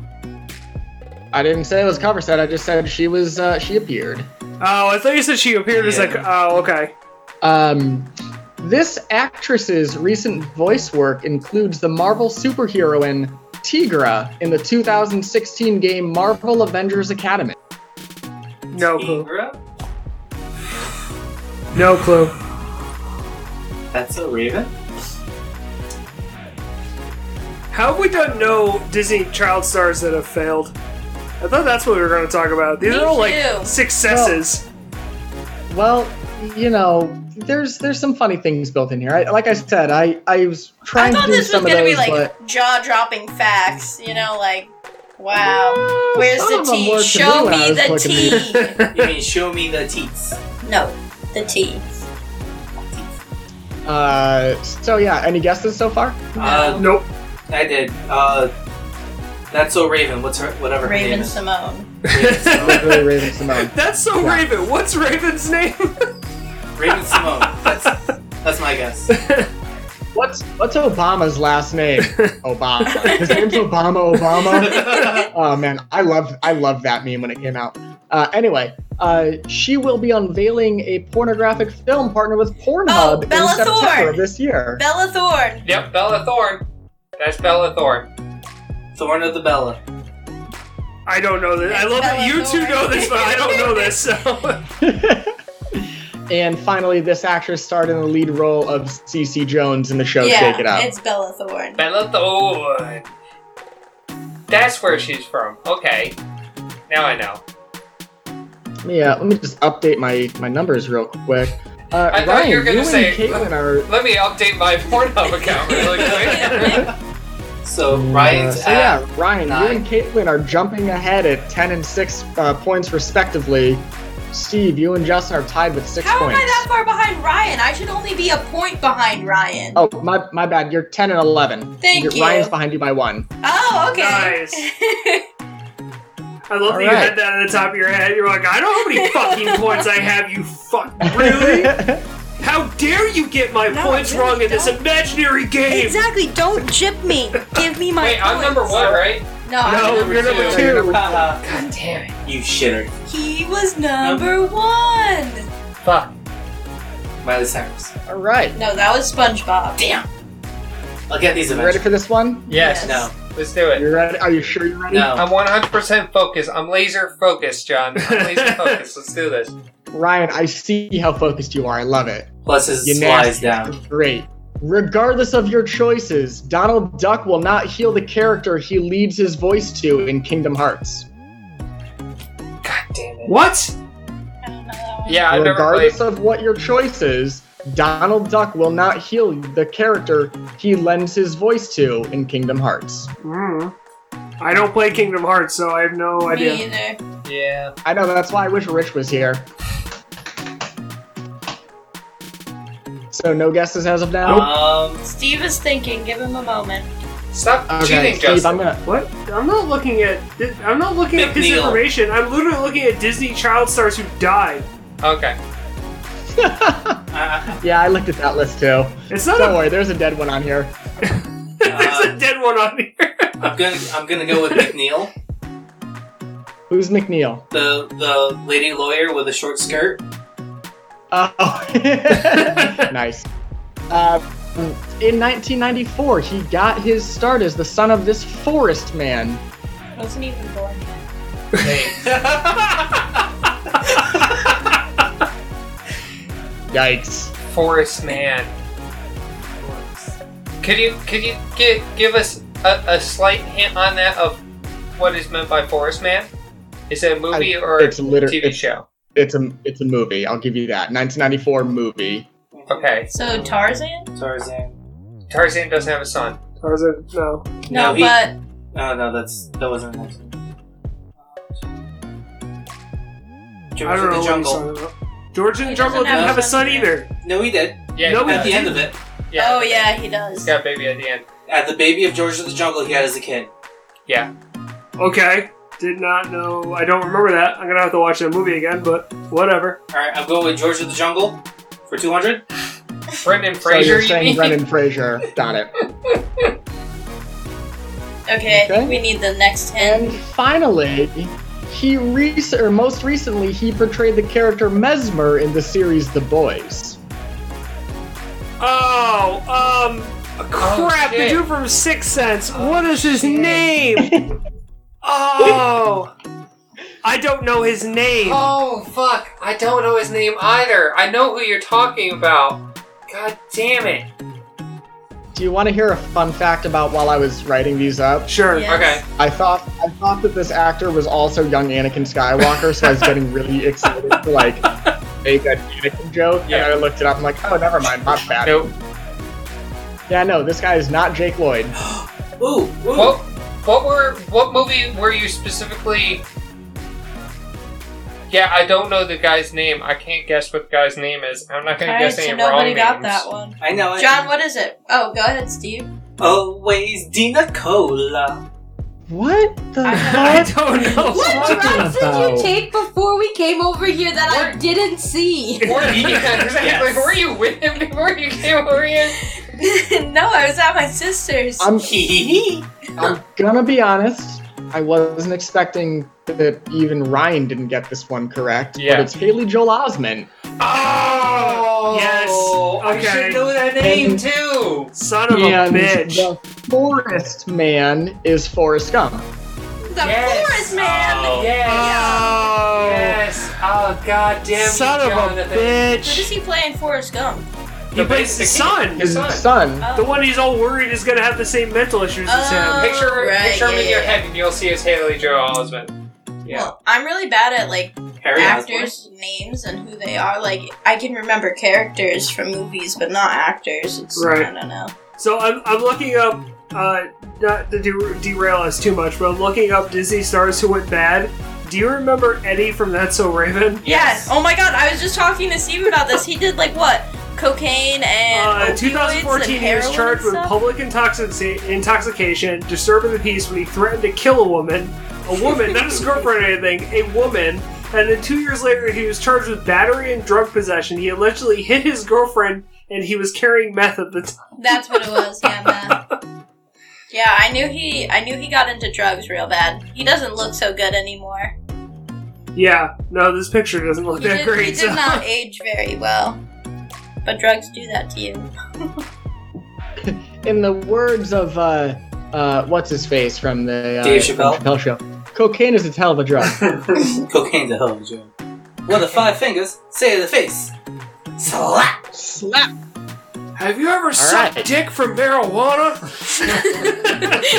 Speaker 2: I didn't say it was a cover set. I just said she was uh, she appeared.
Speaker 6: Oh, I thought you said she appeared as like. Oh, okay.
Speaker 2: Um, this actress's recent voice work includes the Marvel superheroine Tigra in the 2016 game Marvel Avengers Academy.
Speaker 6: No clue.
Speaker 4: Ingra?
Speaker 6: No clue.
Speaker 4: That's a raven?
Speaker 6: How have we done no Disney child stars that have failed? I thought that's what we were going to talk about. These
Speaker 5: Me
Speaker 6: are all
Speaker 5: too.
Speaker 6: like successes.
Speaker 2: Well, you know, there's there's some funny things built in here. I, like I said, I, I was
Speaker 5: I
Speaker 2: trying to
Speaker 5: thought
Speaker 2: do
Speaker 5: this was
Speaker 2: some of
Speaker 5: gonna
Speaker 2: those,
Speaker 5: be like
Speaker 2: but
Speaker 5: jaw-dropping facts. You know, like, wow. Where's
Speaker 2: some
Speaker 5: the
Speaker 2: of them
Speaker 5: tea?
Speaker 2: were to
Speaker 5: Show
Speaker 2: when I
Speaker 5: me
Speaker 2: was
Speaker 5: the
Speaker 2: looking at these.
Speaker 5: tea.
Speaker 4: You mean show me the teats?
Speaker 5: (laughs) no, the tea.
Speaker 2: Uh, so yeah, any guesses so far?
Speaker 4: Uh,
Speaker 6: nope.
Speaker 4: I did. Uh, that's so Raven. What's her? Whatever. her name
Speaker 5: Raven
Speaker 4: is.
Speaker 5: Simone.
Speaker 4: Raven Simone.
Speaker 2: Really, Raven Simone.
Speaker 6: That's so
Speaker 2: Yeah.
Speaker 6: Raven. What's Raven's name?
Speaker 4: (laughs) Raven Simone. That's that's my guess.
Speaker 2: What's what's Obama's last name? Obama. His name's Obama.
Speaker 4: (laughs)
Speaker 2: Obama. Oh man, I love I love that meme when it came out. Uh, anyway, uh, she will be unveiling a pornographic film partner with Pornhub
Speaker 5: Oh,
Speaker 2: in
Speaker 5: Bella
Speaker 2: September
Speaker 5: Thorne.
Speaker 2: of this year.
Speaker 5: Bella Thorne.
Speaker 3: Yep, Bella Thorne. That's Bella Thorne.
Speaker 4: (laughs) Thorn of the Bella.
Speaker 6: I don't know this. I
Speaker 5: It's
Speaker 6: love that you
Speaker 5: Bella
Speaker 6: two
Speaker 5: Thorne.
Speaker 6: know this, but I don't know this. So.
Speaker 2: and finally, this actress starred in the lead role of Cece Jones in the show
Speaker 5: yeah,
Speaker 2: Shake It Up.
Speaker 5: it's Bella Thorne.
Speaker 3: Bella Thorne. That's where she's from. Okay. Now I know.
Speaker 2: Yeah, let me just update my my numbers real quick. Uh,
Speaker 3: I thought
Speaker 2: Ryan,
Speaker 3: you were gonna
Speaker 2: and
Speaker 3: say-
Speaker 2: Caitlin are.
Speaker 3: Let me update my (laughs) Pornhub account (laughs) really quick.
Speaker 4: So
Speaker 2: Uh,
Speaker 4: Ryan's
Speaker 2: so
Speaker 4: at
Speaker 2: yeah, Ryan, you
Speaker 4: nine.
Speaker 2: and Caitlin are jumping ahead at ten and six uh, points respectively. Steve, you and Justin are tied with six
Speaker 5: How
Speaker 2: points.
Speaker 5: am I that far behind Ryan? I should only be a point behind Ryan.
Speaker 2: Oh, my, my bad. You're 10 and 11.
Speaker 5: Thank
Speaker 2: You're-
Speaker 5: you.
Speaker 2: Ryan's behind you by one.
Speaker 5: Oh, (laughs) okay.
Speaker 1: Nice. I love
Speaker 2: All
Speaker 1: that you
Speaker 2: right.
Speaker 1: had that on the top of your head. You're like, I don't know how many fucking points I have, you fuck.
Speaker 2: (laughs)
Speaker 1: Really? How dare you get my
Speaker 5: No, I
Speaker 1: points
Speaker 5: really
Speaker 1: wrong in this
Speaker 5: don't.
Speaker 1: imaginary game?
Speaker 5: exactly. Don't jip me. Give me my.
Speaker 3: Wait, I'm
Speaker 5: points.
Speaker 3: number one, right?
Speaker 5: No, I'm
Speaker 1: No,
Speaker 5: number
Speaker 1: you're number
Speaker 5: two.
Speaker 1: two.
Speaker 3: God damn it.
Speaker 4: You shitter.
Speaker 5: He was number one.
Speaker 3: Fuck.
Speaker 4: Miley Cyrus.
Speaker 2: All right.
Speaker 5: No, that was SpongeBob.
Speaker 4: Damn. I'll get these
Speaker 2: You ready
Speaker 4: eventually.
Speaker 2: for this one?
Speaker 3: Yes.
Speaker 4: No.
Speaker 3: Let's do it.
Speaker 2: You ready? Are you sure you're ready?
Speaker 4: No.
Speaker 1: Um,
Speaker 3: I'm 100% focused. I'm laser focused, John. I'm (laughs) laser focused. Let's do this.
Speaker 2: Ryan, I see how focused you are. I love it.
Speaker 4: Plus his
Speaker 2: You
Speaker 4: slides
Speaker 2: nasty.
Speaker 4: down.
Speaker 2: Great. Regardless of your choices, Donald Duck will not heal the character he leads his voice to in Kingdom Hearts.
Speaker 3: God damn it.
Speaker 4: What?
Speaker 5: I don't know that one.
Speaker 3: Yeah, I've never played.
Speaker 2: Regardless of what your choice is, Donald Duck will not heal the character he lends his voice to in Kingdom Hearts.
Speaker 1: Mm. I don't play Kingdom Hearts, so I have no idea.
Speaker 5: Me either.
Speaker 3: Yeah.
Speaker 2: I know that's why I wish Rich was here. So no guesses as of now.
Speaker 4: Um.
Speaker 5: Steve is thinking. Give him a moment.
Speaker 3: Stop
Speaker 2: Okay,
Speaker 3: cheating,
Speaker 2: Steve,
Speaker 3: Justin.
Speaker 2: I'm gonna. (laughs)
Speaker 1: What? I'm not looking at. I'm not looking at his
Speaker 4: McNeil.
Speaker 1: information. I'm literally looking at Disney child stars who died.
Speaker 3: Okay.
Speaker 4: Uh,
Speaker 2: Yeah, I looked at that list too.
Speaker 1: It's not
Speaker 2: Don't
Speaker 1: a.
Speaker 2: worry, there's a dead one on here.
Speaker 1: (laughs) There's a dead one on here.
Speaker 4: (laughs) I'm gonna I'm gonna go with McNeil,
Speaker 2: Who's McNeil?
Speaker 4: the the lady lawyer with a short skirt.
Speaker 2: Oh, (laughs) nice. Uh, in 1994, he got his start as the son of this forest man.
Speaker 5: Wasn't even born yet.
Speaker 2: Yikes.
Speaker 3: Forest Man. Could you could you give, give us a, a slight hint on that of what is meant by Forest Man? Is it a movie
Speaker 2: I-
Speaker 3: or a
Speaker 2: it's liter-
Speaker 3: TV
Speaker 2: it's-
Speaker 3: show?
Speaker 2: It's a it's a movie. I'll give you that. 1994 movie.
Speaker 3: Okay.
Speaker 5: So Tarzan?
Speaker 4: Tarzan.
Speaker 3: Tarzan doesn't have a son.
Speaker 1: Tarzan, no.
Speaker 5: No,
Speaker 4: he-
Speaker 5: but
Speaker 4: Oh no, that's that wasn't it. George
Speaker 1: I don't know
Speaker 4: of the
Speaker 1: what
Speaker 4: Jungle.
Speaker 1: he's talking about. George in the
Speaker 5: He
Speaker 1: Jungle
Speaker 5: doesn't
Speaker 1: didn't
Speaker 5: have
Speaker 1: have a son
Speaker 5: son
Speaker 1: either.
Speaker 4: No, he did.
Speaker 3: Yeah.
Speaker 1: No,
Speaker 3: he
Speaker 1: but
Speaker 4: At
Speaker 3: does.
Speaker 4: the end of it,
Speaker 5: oh yeah, he does.
Speaker 3: He's got a baby at the end.
Speaker 4: at the baby of George of the Jungle, he had as a kid.
Speaker 1: Okay. Did not know. I don't remember that. I'm gonna have to watch that movie again, but whatever.
Speaker 4: All right, I'm going with George of the Jungle for 200.
Speaker 2: (laughs)
Speaker 3: Brendan
Speaker 2: so
Speaker 3: Fraser.
Speaker 2: you're
Speaker 3: you
Speaker 2: saying
Speaker 3: mean?
Speaker 2: Brendan Fraser. Got it.
Speaker 5: Okay, I
Speaker 2: Okay.
Speaker 5: think we need the next
Speaker 2: And
Speaker 5: hint.
Speaker 2: finally, he rec- or most recently he portrayed the character Mesmer in the series The Boys.
Speaker 1: Oh, um, crap! the
Speaker 3: Oh, shit.
Speaker 1: dude from Sixth Sense.
Speaker 3: Oh,
Speaker 1: what is his
Speaker 3: shit.
Speaker 1: name?
Speaker 3: (laughs)
Speaker 1: oh, I don't know his name.
Speaker 3: Oh fuck! I don't know his name either. I know who you're talking about. God damn it!
Speaker 2: Do you want to hear a fun fact about while I was writing these up?
Speaker 1: Sure.
Speaker 5: Yeah.
Speaker 3: Okay.
Speaker 2: I thought I thought that this actor was also young Anakin Skywalker, so I was getting really excited to like make an Anakin joke.
Speaker 3: Yeah.
Speaker 2: And I looked it up. I'm like, oh, never mind, my bad.
Speaker 3: Nope.
Speaker 2: Yeah, no, this guy is not Jake Lloyd.
Speaker 4: Ooh, ooh.
Speaker 3: What what were what movie were you specifically? Yeah, I don't know the guy's name. I can't guess what the guy's name is. I'm not gonna
Speaker 5: Alright,
Speaker 3: guess
Speaker 5: so
Speaker 3: any
Speaker 5: nobody
Speaker 3: wrong
Speaker 5: got
Speaker 3: names.
Speaker 5: that one.
Speaker 4: I know it.
Speaker 5: John, what is it? Oh, go ahead, Steve.
Speaker 4: Always Dina Cola.
Speaker 2: What the
Speaker 5: I-
Speaker 1: I
Speaker 2: fuck?
Speaker 1: don't know.
Speaker 2: What
Speaker 7: What
Speaker 2: talking
Speaker 7: drugs
Speaker 2: about?
Speaker 7: did you take before we came over here that I didn't see?
Speaker 3: Were
Speaker 1: (laughs)
Speaker 3: you, yeah, exactly.
Speaker 4: Yes.
Speaker 3: Were you with him (laughs) before you came over here?
Speaker 5: (laughs) no, I was at my sister's.
Speaker 2: I'm
Speaker 4: Hee hee hee.
Speaker 2: I'm gonna be honest. I wasn't expecting that even Ryan didn't get this one correct.
Speaker 3: Yeah.
Speaker 2: But it's Haley Joel Osment.
Speaker 1: Oh,
Speaker 4: I
Speaker 1: yes.
Speaker 4: should know
Speaker 1: Okay.
Speaker 4: that name too.
Speaker 1: Son of
Speaker 2: and
Speaker 1: a bitch.
Speaker 2: the Forest Man is Forrest Gump.
Speaker 5: the
Speaker 3: yes.
Speaker 5: forest man.
Speaker 4: Oh.
Speaker 1: Oh.
Speaker 3: Yes. Oh god damn you,
Speaker 1: Son of a
Speaker 3: Jonathan.
Speaker 5: Who does
Speaker 1: bitch.
Speaker 5: he play in Forrest Gump?
Speaker 1: He plays his son.
Speaker 2: His
Speaker 3: Son.
Speaker 2: son.
Speaker 5: Oh.
Speaker 1: The one he's all worried is gonna have the same mental issues
Speaker 3: Uh.
Speaker 1: as
Speaker 5: Oh.
Speaker 1: him.
Speaker 3: Picture,
Speaker 5: Right,
Speaker 3: picture him
Speaker 5: yeah,
Speaker 3: in your
Speaker 5: yeah.
Speaker 3: head, and you'll see his Haley Joel Osment. Yeah.
Speaker 5: Well, I'm really bad at like
Speaker 4: Harry Osborn.
Speaker 5: actors' names and who they are. Like, I can remember characters from movies, but not actors. It's
Speaker 1: Right.
Speaker 5: I don't know.
Speaker 1: So I'm, I'm looking up, uh, not to de- derail us too much, but I'm looking up Disney stars who went bad. Do you remember Eddie from That's So Raven?
Speaker 5: Yeah. Oh my god, I was just talking to Steve about this. He did like what? Cocaine and opioids
Speaker 1: Uh,
Speaker 5: and
Speaker 1: 2014, he was
Speaker 5: heroin
Speaker 1: charged
Speaker 5: and
Speaker 1: with
Speaker 5: stuff?
Speaker 1: public intoxic- intoxication, disturbing the peace when he threatened to kill a woman, a woman, not his girlfriend or anything, a woman. And then two years later, he was charged with battery and drug possession. He allegedly hit his girlfriend, and he was carrying meth at the time.
Speaker 5: That's what it was. Yeah, meth.
Speaker 1: (laughs)
Speaker 5: Yeah, I knew he. I knew he got into drugs real bad. He doesn't look so good anymore.
Speaker 1: Yeah, no, this picture doesn't look
Speaker 5: He
Speaker 1: that
Speaker 5: did,
Speaker 1: great.
Speaker 5: he did
Speaker 1: so-
Speaker 5: not age very well. But drugs do that to you.
Speaker 2: In the words of uh, uh, what's his face from the uh,
Speaker 4: Dave Chappelle?
Speaker 2: Chappelle show, cocaine is a hell of a drug.
Speaker 4: Cocaine's a hell of a drug. One of five fingers, say to the face. Slap!
Speaker 2: Slap.
Speaker 8: Have you ever sucked
Speaker 2: right.
Speaker 8: dick from
Speaker 3: (laughs)
Speaker 8: marijuana?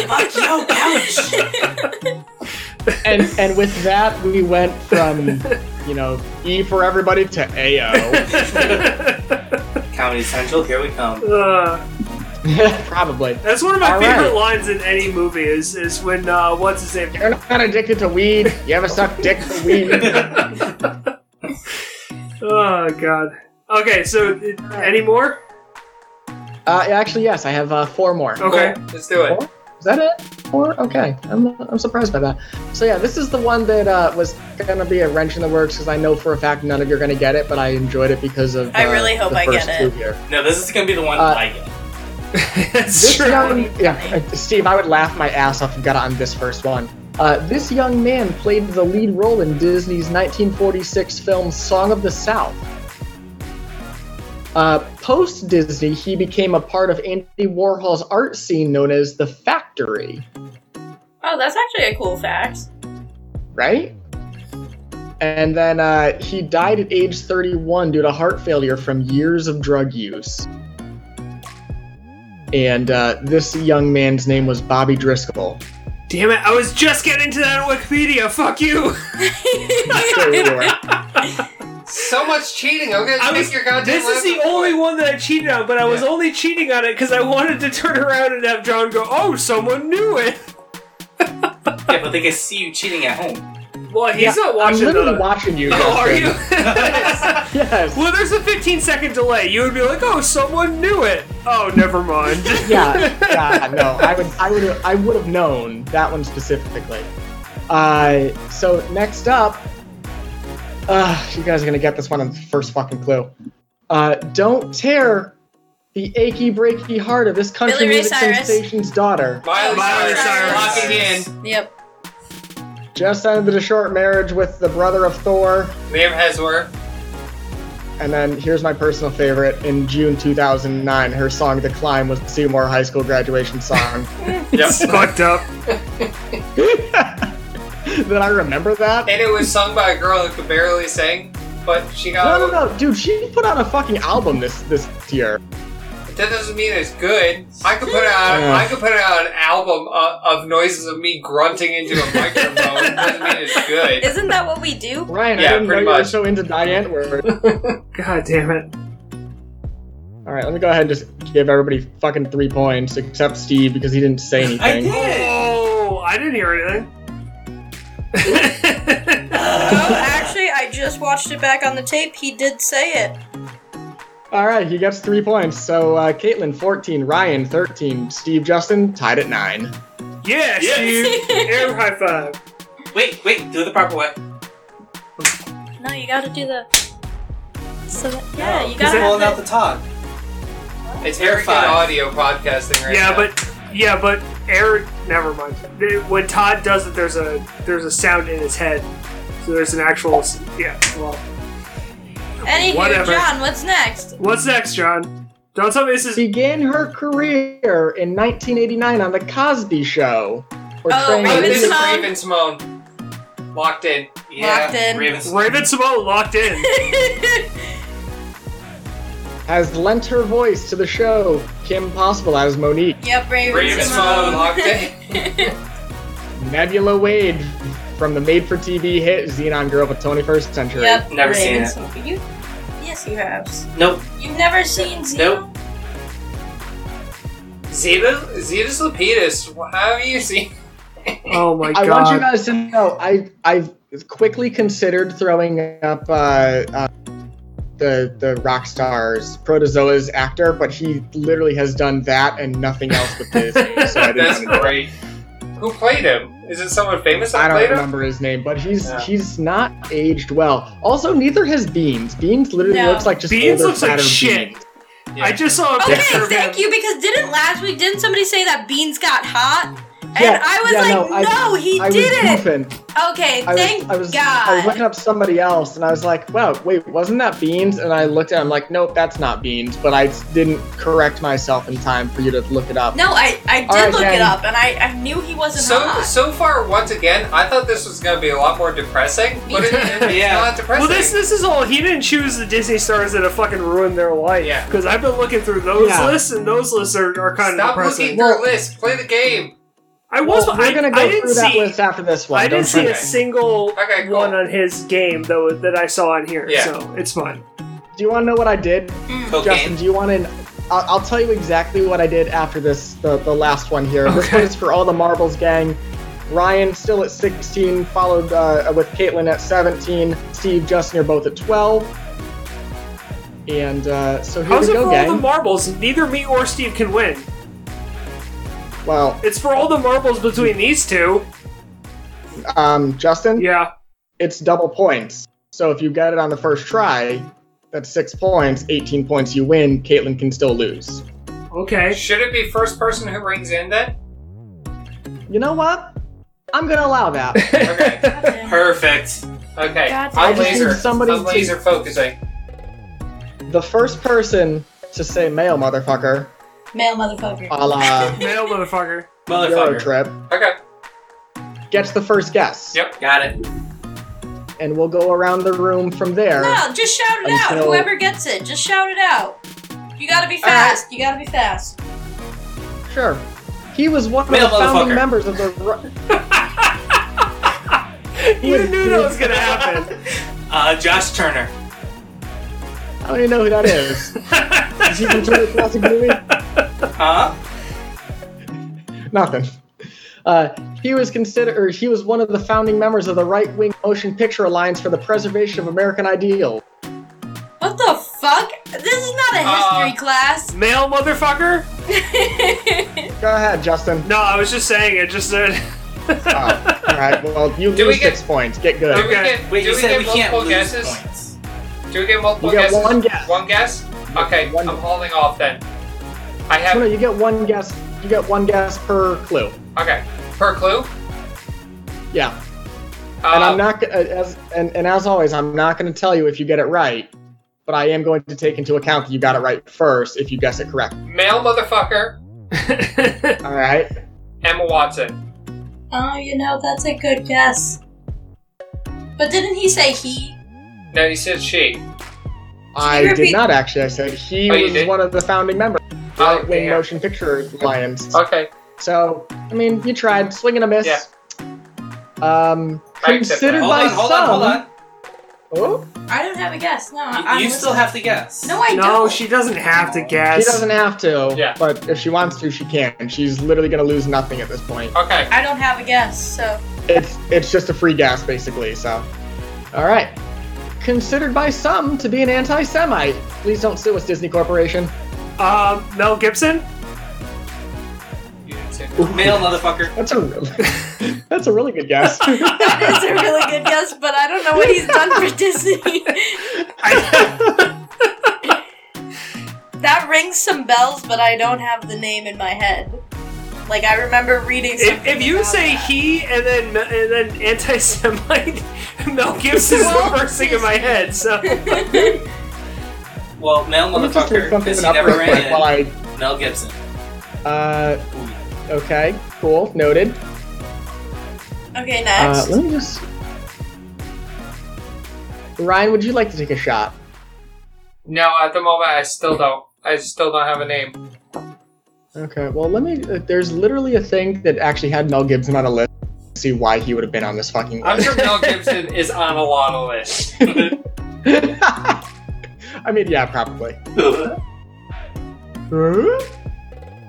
Speaker 4: Fuck (laughs) your couch!
Speaker 2: And and with that, we went from you know E for everybody to AO.
Speaker 4: Comedy Central, here we come.
Speaker 1: (laughs) Uh,
Speaker 2: (laughs) Probably.
Speaker 1: that's one of my
Speaker 2: All
Speaker 1: favorite
Speaker 2: right.
Speaker 1: lines in any movie. Is is when uh, what's his name?
Speaker 2: You're not addicted to weed. You ever suck dick from weed?
Speaker 1: Oh God. Okay, so it, any more?
Speaker 2: Uh, actually, yes, I have uh, four more.
Speaker 1: Okay.
Speaker 3: Cool. Let's do it.
Speaker 2: Is that it? Four? Okay. I'm, I'm surprised by that. So, yeah, this is the one that uh, was going to be a wrench in the works because I know for a fact none of you are going to get it, but I enjoyed it because of.
Speaker 5: I
Speaker 2: uh,
Speaker 5: really hope
Speaker 2: the
Speaker 5: I
Speaker 2: first
Speaker 5: get
Speaker 2: two
Speaker 5: it. (laughs)
Speaker 2: Here.
Speaker 4: No, this is gonna be the one
Speaker 2: Uh,
Speaker 4: I get.
Speaker 1: That's
Speaker 2: This
Speaker 1: true.
Speaker 2: young. Yeah, uh, Steve, I would laugh my ass off if you got it on this first one. Uh, this young man played the lead role in Disney's 1946 film Song of the South. Uh, Post Disney, he became a part of Andy Warhol's art scene known as the Factory.
Speaker 5: (laughs) Oh, that's actually a cool fact.
Speaker 2: right? And then uh, he died at age 31 due to heart failure from years of drug use. And uh, this young man's name was
Speaker 1: (laughs)
Speaker 2: Bobby Driscoll.
Speaker 1: Damn it! I was just getting to that on Wikipedia. Fuck (laughs) you.
Speaker 2: There you are.
Speaker 3: So much cheating. I'm gonna
Speaker 1: I
Speaker 3: take
Speaker 1: was-
Speaker 3: your goddamn.
Speaker 1: This is the
Speaker 3: laptop.
Speaker 1: only one that I cheated on, but I was only cheating on it because I wanted to turn around and have John go, "Oh, someone knew it."
Speaker 4: Yeah, but they can see you cheating at home.
Speaker 1: Well, he's
Speaker 2: Yeah,
Speaker 1: not
Speaker 2: I'm
Speaker 1: watching.
Speaker 2: literally
Speaker 1: the-
Speaker 2: watching you.
Speaker 1: (laughs) Oh, are
Speaker 2: Justin.
Speaker 1: you?
Speaker 2: (laughs)
Speaker 1: (laughs)
Speaker 2: Yes.
Speaker 1: well, there's a 15 second delay. You would be like, "Oh, someone knew it." Oh, never mind.
Speaker 5: (laughs)
Speaker 2: yeah, yeah, no, I would, I would, I would have known that one specifically. Uh, so next up, uh, you guys are gonna get this one on the first fucking clue. Uh, don't tear the achy breaky heart of this country
Speaker 5: Billy Ray
Speaker 2: music
Speaker 5: Cyrus.
Speaker 2: sensation's daughter.
Speaker 3: Miley,
Speaker 1: Miley
Speaker 3: Cyrus.
Speaker 1: Cyrus.
Speaker 3: Locking in.
Speaker 5: Yep.
Speaker 2: Just ended a short marriage with the brother of Thor,
Speaker 3: Liam Hemsworth.
Speaker 2: and then here's my personal favorite. In June 2009, her song "The Climb" was the Seymour High School graduation song. (laughs)
Speaker 1: It's fucked up.
Speaker 2: that I remember that.
Speaker 3: And it was sung by a girl who could barely sing, but she got.
Speaker 2: No, no, no, dude. She put out a fucking album this this year.
Speaker 3: That doesn't mean it's good. I could put out.
Speaker 2: Yeah.
Speaker 3: I could put out an album of, of noises of me grunting into a microphone. It doesn't mean it's
Speaker 5: (laughs)
Speaker 3: good.
Speaker 5: Isn't that what we do?
Speaker 2: Ryan,
Speaker 3: Yeah,
Speaker 2: I didn't know
Speaker 3: pretty
Speaker 2: you were
Speaker 3: much.
Speaker 2: so into Diane Word.
Speaker 1: (laughs) God damn it.
Speaker 2: (laughs) All right, let me go ahead and just give everybody fucking three points, except Steve because he didn't say anything.
Speaker 4: I did!
Speaker 1: Oh, I didn't hear anything. (laughs)
Speaker 5: Oh, actually, I just watched it back on the tape. He did say it.
Speaker 2: All right, he gets three points. So uh, Caitlin, fourteen. Ryan, thirteen. Steve, Justin, tied at nine.
Speaker 1: yes,
Speaker 4: Yes.
Speaker 1: dude. Air high five.
Speaker 4: Wait, wait, do it the proper way.
Speaker 5: No, you gotta do the. So that, Oh. yeah, you
Speaker 4: He's
Speaker 5: gotta.
Speaker 4: pulling out
Speaker 5: Have
Speaker 4: the
Speaker 5: the,
Speaker 4: top.
Speaker 3: It's very good
Speaker 4: Five.
Speaker 3: audio podcasting right
Speaker 1: Yeah,
Speaker 3: now.
Speaker 1: but yeah, but air. Never mind. The- When Todd does it, there's a there's a sound in his head, so there's an actual. s- Yeah. Well,
Speaker 5: Anywho,
Speaker 1: Whatever.
Speaker 5: John, what's (laughs) next?
Speaker 1: what's next, John? Don't tell me this is.
Speaker 2: Began her career in 1989 on the Cosby Show.
Speaker 5: Oh,
Speaker 2: portraying-
Speaker 5: Raven
Speaker 3: Raven
Speaker 5: Simone.
Speaker 3: Raven Simone. Locked in.
Speaker 5: Locked in.
Speaker 4: Ravens.
Speaker 1: Raven Simone locked in.
Speaker 2: has lent her voice to the show. Kim Possible as Monique.
Speaker 5: Yep, Raven,
Speaker 3: Raven Simone. Locked in.
Speaker 2: Nebula Wade from the made for TV hit Xenon Girl of the 21st Century.
Speaker 5: (laughs) Yep.
Speaker 4: Never seen
Speaker 5: Raven
Speaker 4: it.
Speaker 5: Simone. You, yes, you have.
Speaker 4: Nope.
Speaker 5: You've never seen Zeno?
Speaker 3: Zeta Zetas Lapidus. How have you seen?
Speaker 1: Oh my
Speaker 2: I
Speaker 1: god.
Speaker 2: want you guys to know I I quickly considered throwing up uh, uh, the the rock stars protozoa's actor, but he literally has done that and nothing else with
Speaker 5: (laughs)
Speaker 2: this. so I,
Speaker 3: That's
Speaker 2: didn't wanna-
Speaker 3: great. Who played him? Is it someone famous
Speaker 2: I
Speaker 3: that
Speaker 2: don't
Speaker 3: played him?
Speaker 2: remember his name, but he's
Speaker 3: Yeah.
Speaker 2: he's not aged well. Also, neither has Beans. Beans literally
Speaker 5: No.
Speaker 2: looks like just
Speaker 6: Beans
Speaker 2: older,
Speaker 6: looks like
Speaker 2: fatter
Speaker 6: shit.
Speaker 2: Beans.
Speaker 3: Yeah.
Speaker 6: I just saw a
Speaker 5: Okay,
Speaker 6: picture of him.
Speaker 5: thank you. Because didn't last week didn't somebody say that beans got hot? And
Speaker 2: Yeah,
Speaker 5: I was
Speaker 2: yeah,
Speaker 5: like,
Speaker 2: no,
Speaker 5: no,
Speaker 2: I-
Speaker 5: he
Speaker 2: I was
Speaker 5: didn't.
Speaker 2: goofing.
Speaker 5: Okay,
Speaker 2: I was,
Speaker 5: thank
Speaker 2: I was,
Speaker 5: God.
Speaker 2: I looked up somebody else, and I was like, "Wow, wait, wasn't that Beans?" And I looked at, him, I'm like, "Nope, that's not Beans." But I didn't correct myself in time for you to look it up.
Speaker 5: no, I, I did
Speaker 2: All right,
Speaker 5: look
Speaker 2: Jen.
Speaker 5: it up, and I, I knew he wasn't
Speaker 3: So
Speaker 5: hot.
Speaker 3: so far, once again, I thought this was gonna be a lot more depressing, but it, it's
Speaker 4: Yeah.
Speaker 3: not depressing.
Speaker 6: Well, this this is all. He didn't choose the Disney stars that have fucking ruined their life.
Speaker 3: Yeah.
Speaker 6: Because I've been looking through those
Speaker 2: Yeah.
Speaker 6: lists, and those lists are, are kind
Speaker 3: Stop
Speaker 6: of depressing.
Speaker 3: looking through lists. Play the game.
Speaker 6: I was.
Speaker 2: Well,
Speaker 6: I,
Speaker 2: we're gonna go
Speaker 6: I didn't
Speaker 2: through that
Speaker 6: see.
Speaker 2: list after this one.
Speaker 6: I didn't
Speaker 2: Don't
Speaker 6: see
Speaker 2: try
Speaker 6: a
Speaker 2: to-
Speaker 6: single
Speaker 3: Okay, cool.
Speaker 6: one on his game though that I saw on here.
Speaker 3: Yeah.
Speaker 6: So it's fine.
Speaker 2: Do you want to know what I did, Hmm. Justin?
Speaker 4: Cocaine.
Speaker 2: Do you want to? I'll, I'll tell you exactly what I did after this. The the last one here. This one is for all the marbles gang. Ryan still at 16, followed uh, with Caitlin at 17. Steve, Justin, you're both at 12. And uh, so here
Speaker 6: How's
Speaker 2: we
Speaker 6: it
Speaker 2: go,
Speaker 6: for all
Speaker 2: gang.
Speaker 6: the marbles? Neither me or Steve can win.
Speaker 2: well,
Speaker 6: It's for all the marbles between these two.
Speaker 2: um, Justin,
Speaker 6: Yeah.
Speaker 2: it's double points. So if you got it on the first try, that's six points. 18 points you win. Caitlin can still lose.
Speaker 6: Okay.
Speaker 3: Should it be first person who rings in then?
Speaker 2: You know what? I'm gonna allow that.
Speaker 6: (laughs)
Speaker 3: Okay.
Speaker 4: Perfect.
Speaker 3: Okay.
Speaker 5: God
Speaker 3: I'm
Speaker 5: damn it.
Speaker 3: laser.
Speaker 2: Somebody
Speaker 3: I'm laser focusing.
Speaker 2: the first person to say male motherfucker
Speaker 5: Male motherfucker.
Speaker 2: a la
Speaker 6: Male motherfucker.
Speaker 2: Euro
Speaker 4: Motherfucker.
Speaker 2: trip
Speaker 3: Okay.
Speaker 2: gets the first guess.
Speaker 3: Yep.
Speaker 4: Got it.
Speaker 2: And we'll go around the room from there.
Speaker 5: No, just shout it out.
Speaker 2: Until-
Speaker 5: Whoever gets it, just shout it out. You gotta be fast. You gotta be fast.
Speaker 2: Sure. He was one
Speaker 4: Male
Speaker 2: of the founding
Speaker 4: motherfucker.
Speaker 2: members of the. Ru-
Speaker 6: (laughs) You knew that was gonna happen.
Speaker 4: Uh, Josh Turner.
Speaker 2: I don't even know who that is. is he from Turtle Classic movie?
Speaker 4: Huh?
Speaker 2: Nothing. Uh, he was considered, or he was one of the founding members of the right-wing Motion Picture Alliance for the Preservation of American Ideal.
Speaker 5: What the fuck? This is not a
Speaker 4: Uh.
Speaker 5: history class.
Speaker 6: Male motherfucker?
Speaker 2: Go ahead, Justin.
Speaker 6: No, I was just saying it. Just (laughs) uh,
Speaker 2: Oh, all right. Well, you
Speaker 3: Do we
Speaker 2: lose
Speaker 3: get-
Speaker 2: six points. Get good.
Speaker 3: Do we
Speaker 6: Okay.
Speaker 3: get,
Speaker 4: Wait,
Speaker 3: do
Speaker 4: you
Speaker 3: we
Speaker 4: said
Speaker 3: get
Speaker 4: we can't
Speaker 3: multiple
Speaker 4: lose
Speaker 3: guesses?
Speaker 4: points.
Speaker 3: Do we get multiple
Speaker 2: You get
Speaker 3: guesses?
Speaker 2: one guess.
Speaker 3: One guess? Okay,
Speaker 2: One-
Speaker 3: I'm holding off then. I have.
Speaker 2: No, no, you get one guess. You get one guess per clue.
Speaker 3: Okay. Per clue?
Speaker 2: Yeah,
Speaker 3: Um,
Speaker 2: and I'm not go- uh, as and, and as always, I'm not going to tell you if you get it right, but I am going to take into account that you got it right first if you guess it correct.
Speaker 3: Male motherfucker, (laughs)
Speaker 2: All right.
Speaker 3: Emma Watson.
Speaker 5: Oh, you know that's a good guess. But didn't he say he?
Speaker 3: No, you said she.
Speaker 2: I did
Speaker 5: repeat-
Speaker 2: not actually. I said he
Speaker 3: Oh, you
Speaker 2: was
Speaker 3: did?
Speaker 2: one of the founding members of the
Speaker 3: Oh,
Speaker 2: right wing
Speaker 3: damn.
Speaker 2: motion picture alliance.
Speaker 3: Okay.
Speaker 2: So I mean, you tried swing and a miss.
Speaker 3: Yeah.
Speaker 2: Um,
Speaker 3: I accept that.
Speaker 2: considered
Speaker 4: Hold
Speaker 2: by
Speaker 4: on, hold
Speaker 2: some.
Speaker 4: on, hold on.
Speaker 2: Oh,
Speaker 5: I don't have a guess. No,
Speaker 4: You-
Speaker 5: I'm
Speaker 4: You, still have to guess.
Speaker 5: No, I
Speaker 6: no,
Speaker 5: don't.
Speaker 6: she doesn't have to
Speaker 2: she
Speaker 6: guess.
Speaker 2: doesn't have to.
Speaker 3: Yeah.
Speaker 2: But if she wants to, she can. She's literally going to lose nothing at this point.
Speaker 3: Okay.
Speaker 5: I don't have a guess. So (laughs)
Speaker 2: it's it's just a free gas basically so all right considered by some to be an anti-semite please don't sue us disney corporation
Speaker 6: Um, Mel Gibson.
Speaker 3: You didn't say-
Speaker 4: (laughs) Male motherfucker.
Speaker 2: that's a really, (laughs) that's a really good
Speaker 4: (laughs)
Speaker 2: guess
Speaker 5: that is a really good guess, but I don't know what he's done for Disney. (laughs) that rings some bells, but I don't have the name in my head. Like I remember reading.
Speaker 6: If,
Speaker 5: Something
Speaker 6: if you
Speaker 5: about
Speaker 6: say
Speaker 5: that.
Speaker 6: he and then me- and then anti-Semite, (laughs) Mel Gibson's the
Speaker 5: Well,
Speaker 6: first thing in my head. So
Speaker 4: Well, male
Speaker 2: Let me just look
Speaker 4: motherfucker.
Speaker 2: something
Speaker 4: Because he
Speaker 2: up
Speaker 4: never
Speaker 2: real quick
Speaker 4: ran
Speaker 2: while i
Speaker 4: in. Mel Gibson.
Speaker 2: uh okay cool noted
Speaker 5: okay,
Speaker 2: uh,
Speaker 5: next.
Speaker 2: let me just ryan would you like to take a shot
Speaker 3: No, at the moment, I still don't. I still don't have a name.
Speaker 2: okay well let me uh, there's literally a thing that actually had mel gibson on a list see why he would have been on this fucking list
Speaker 3: I'm sure Mel Gibson is on a lot of lists.
Speaker 2: (laughs) I mean, yeah, probably.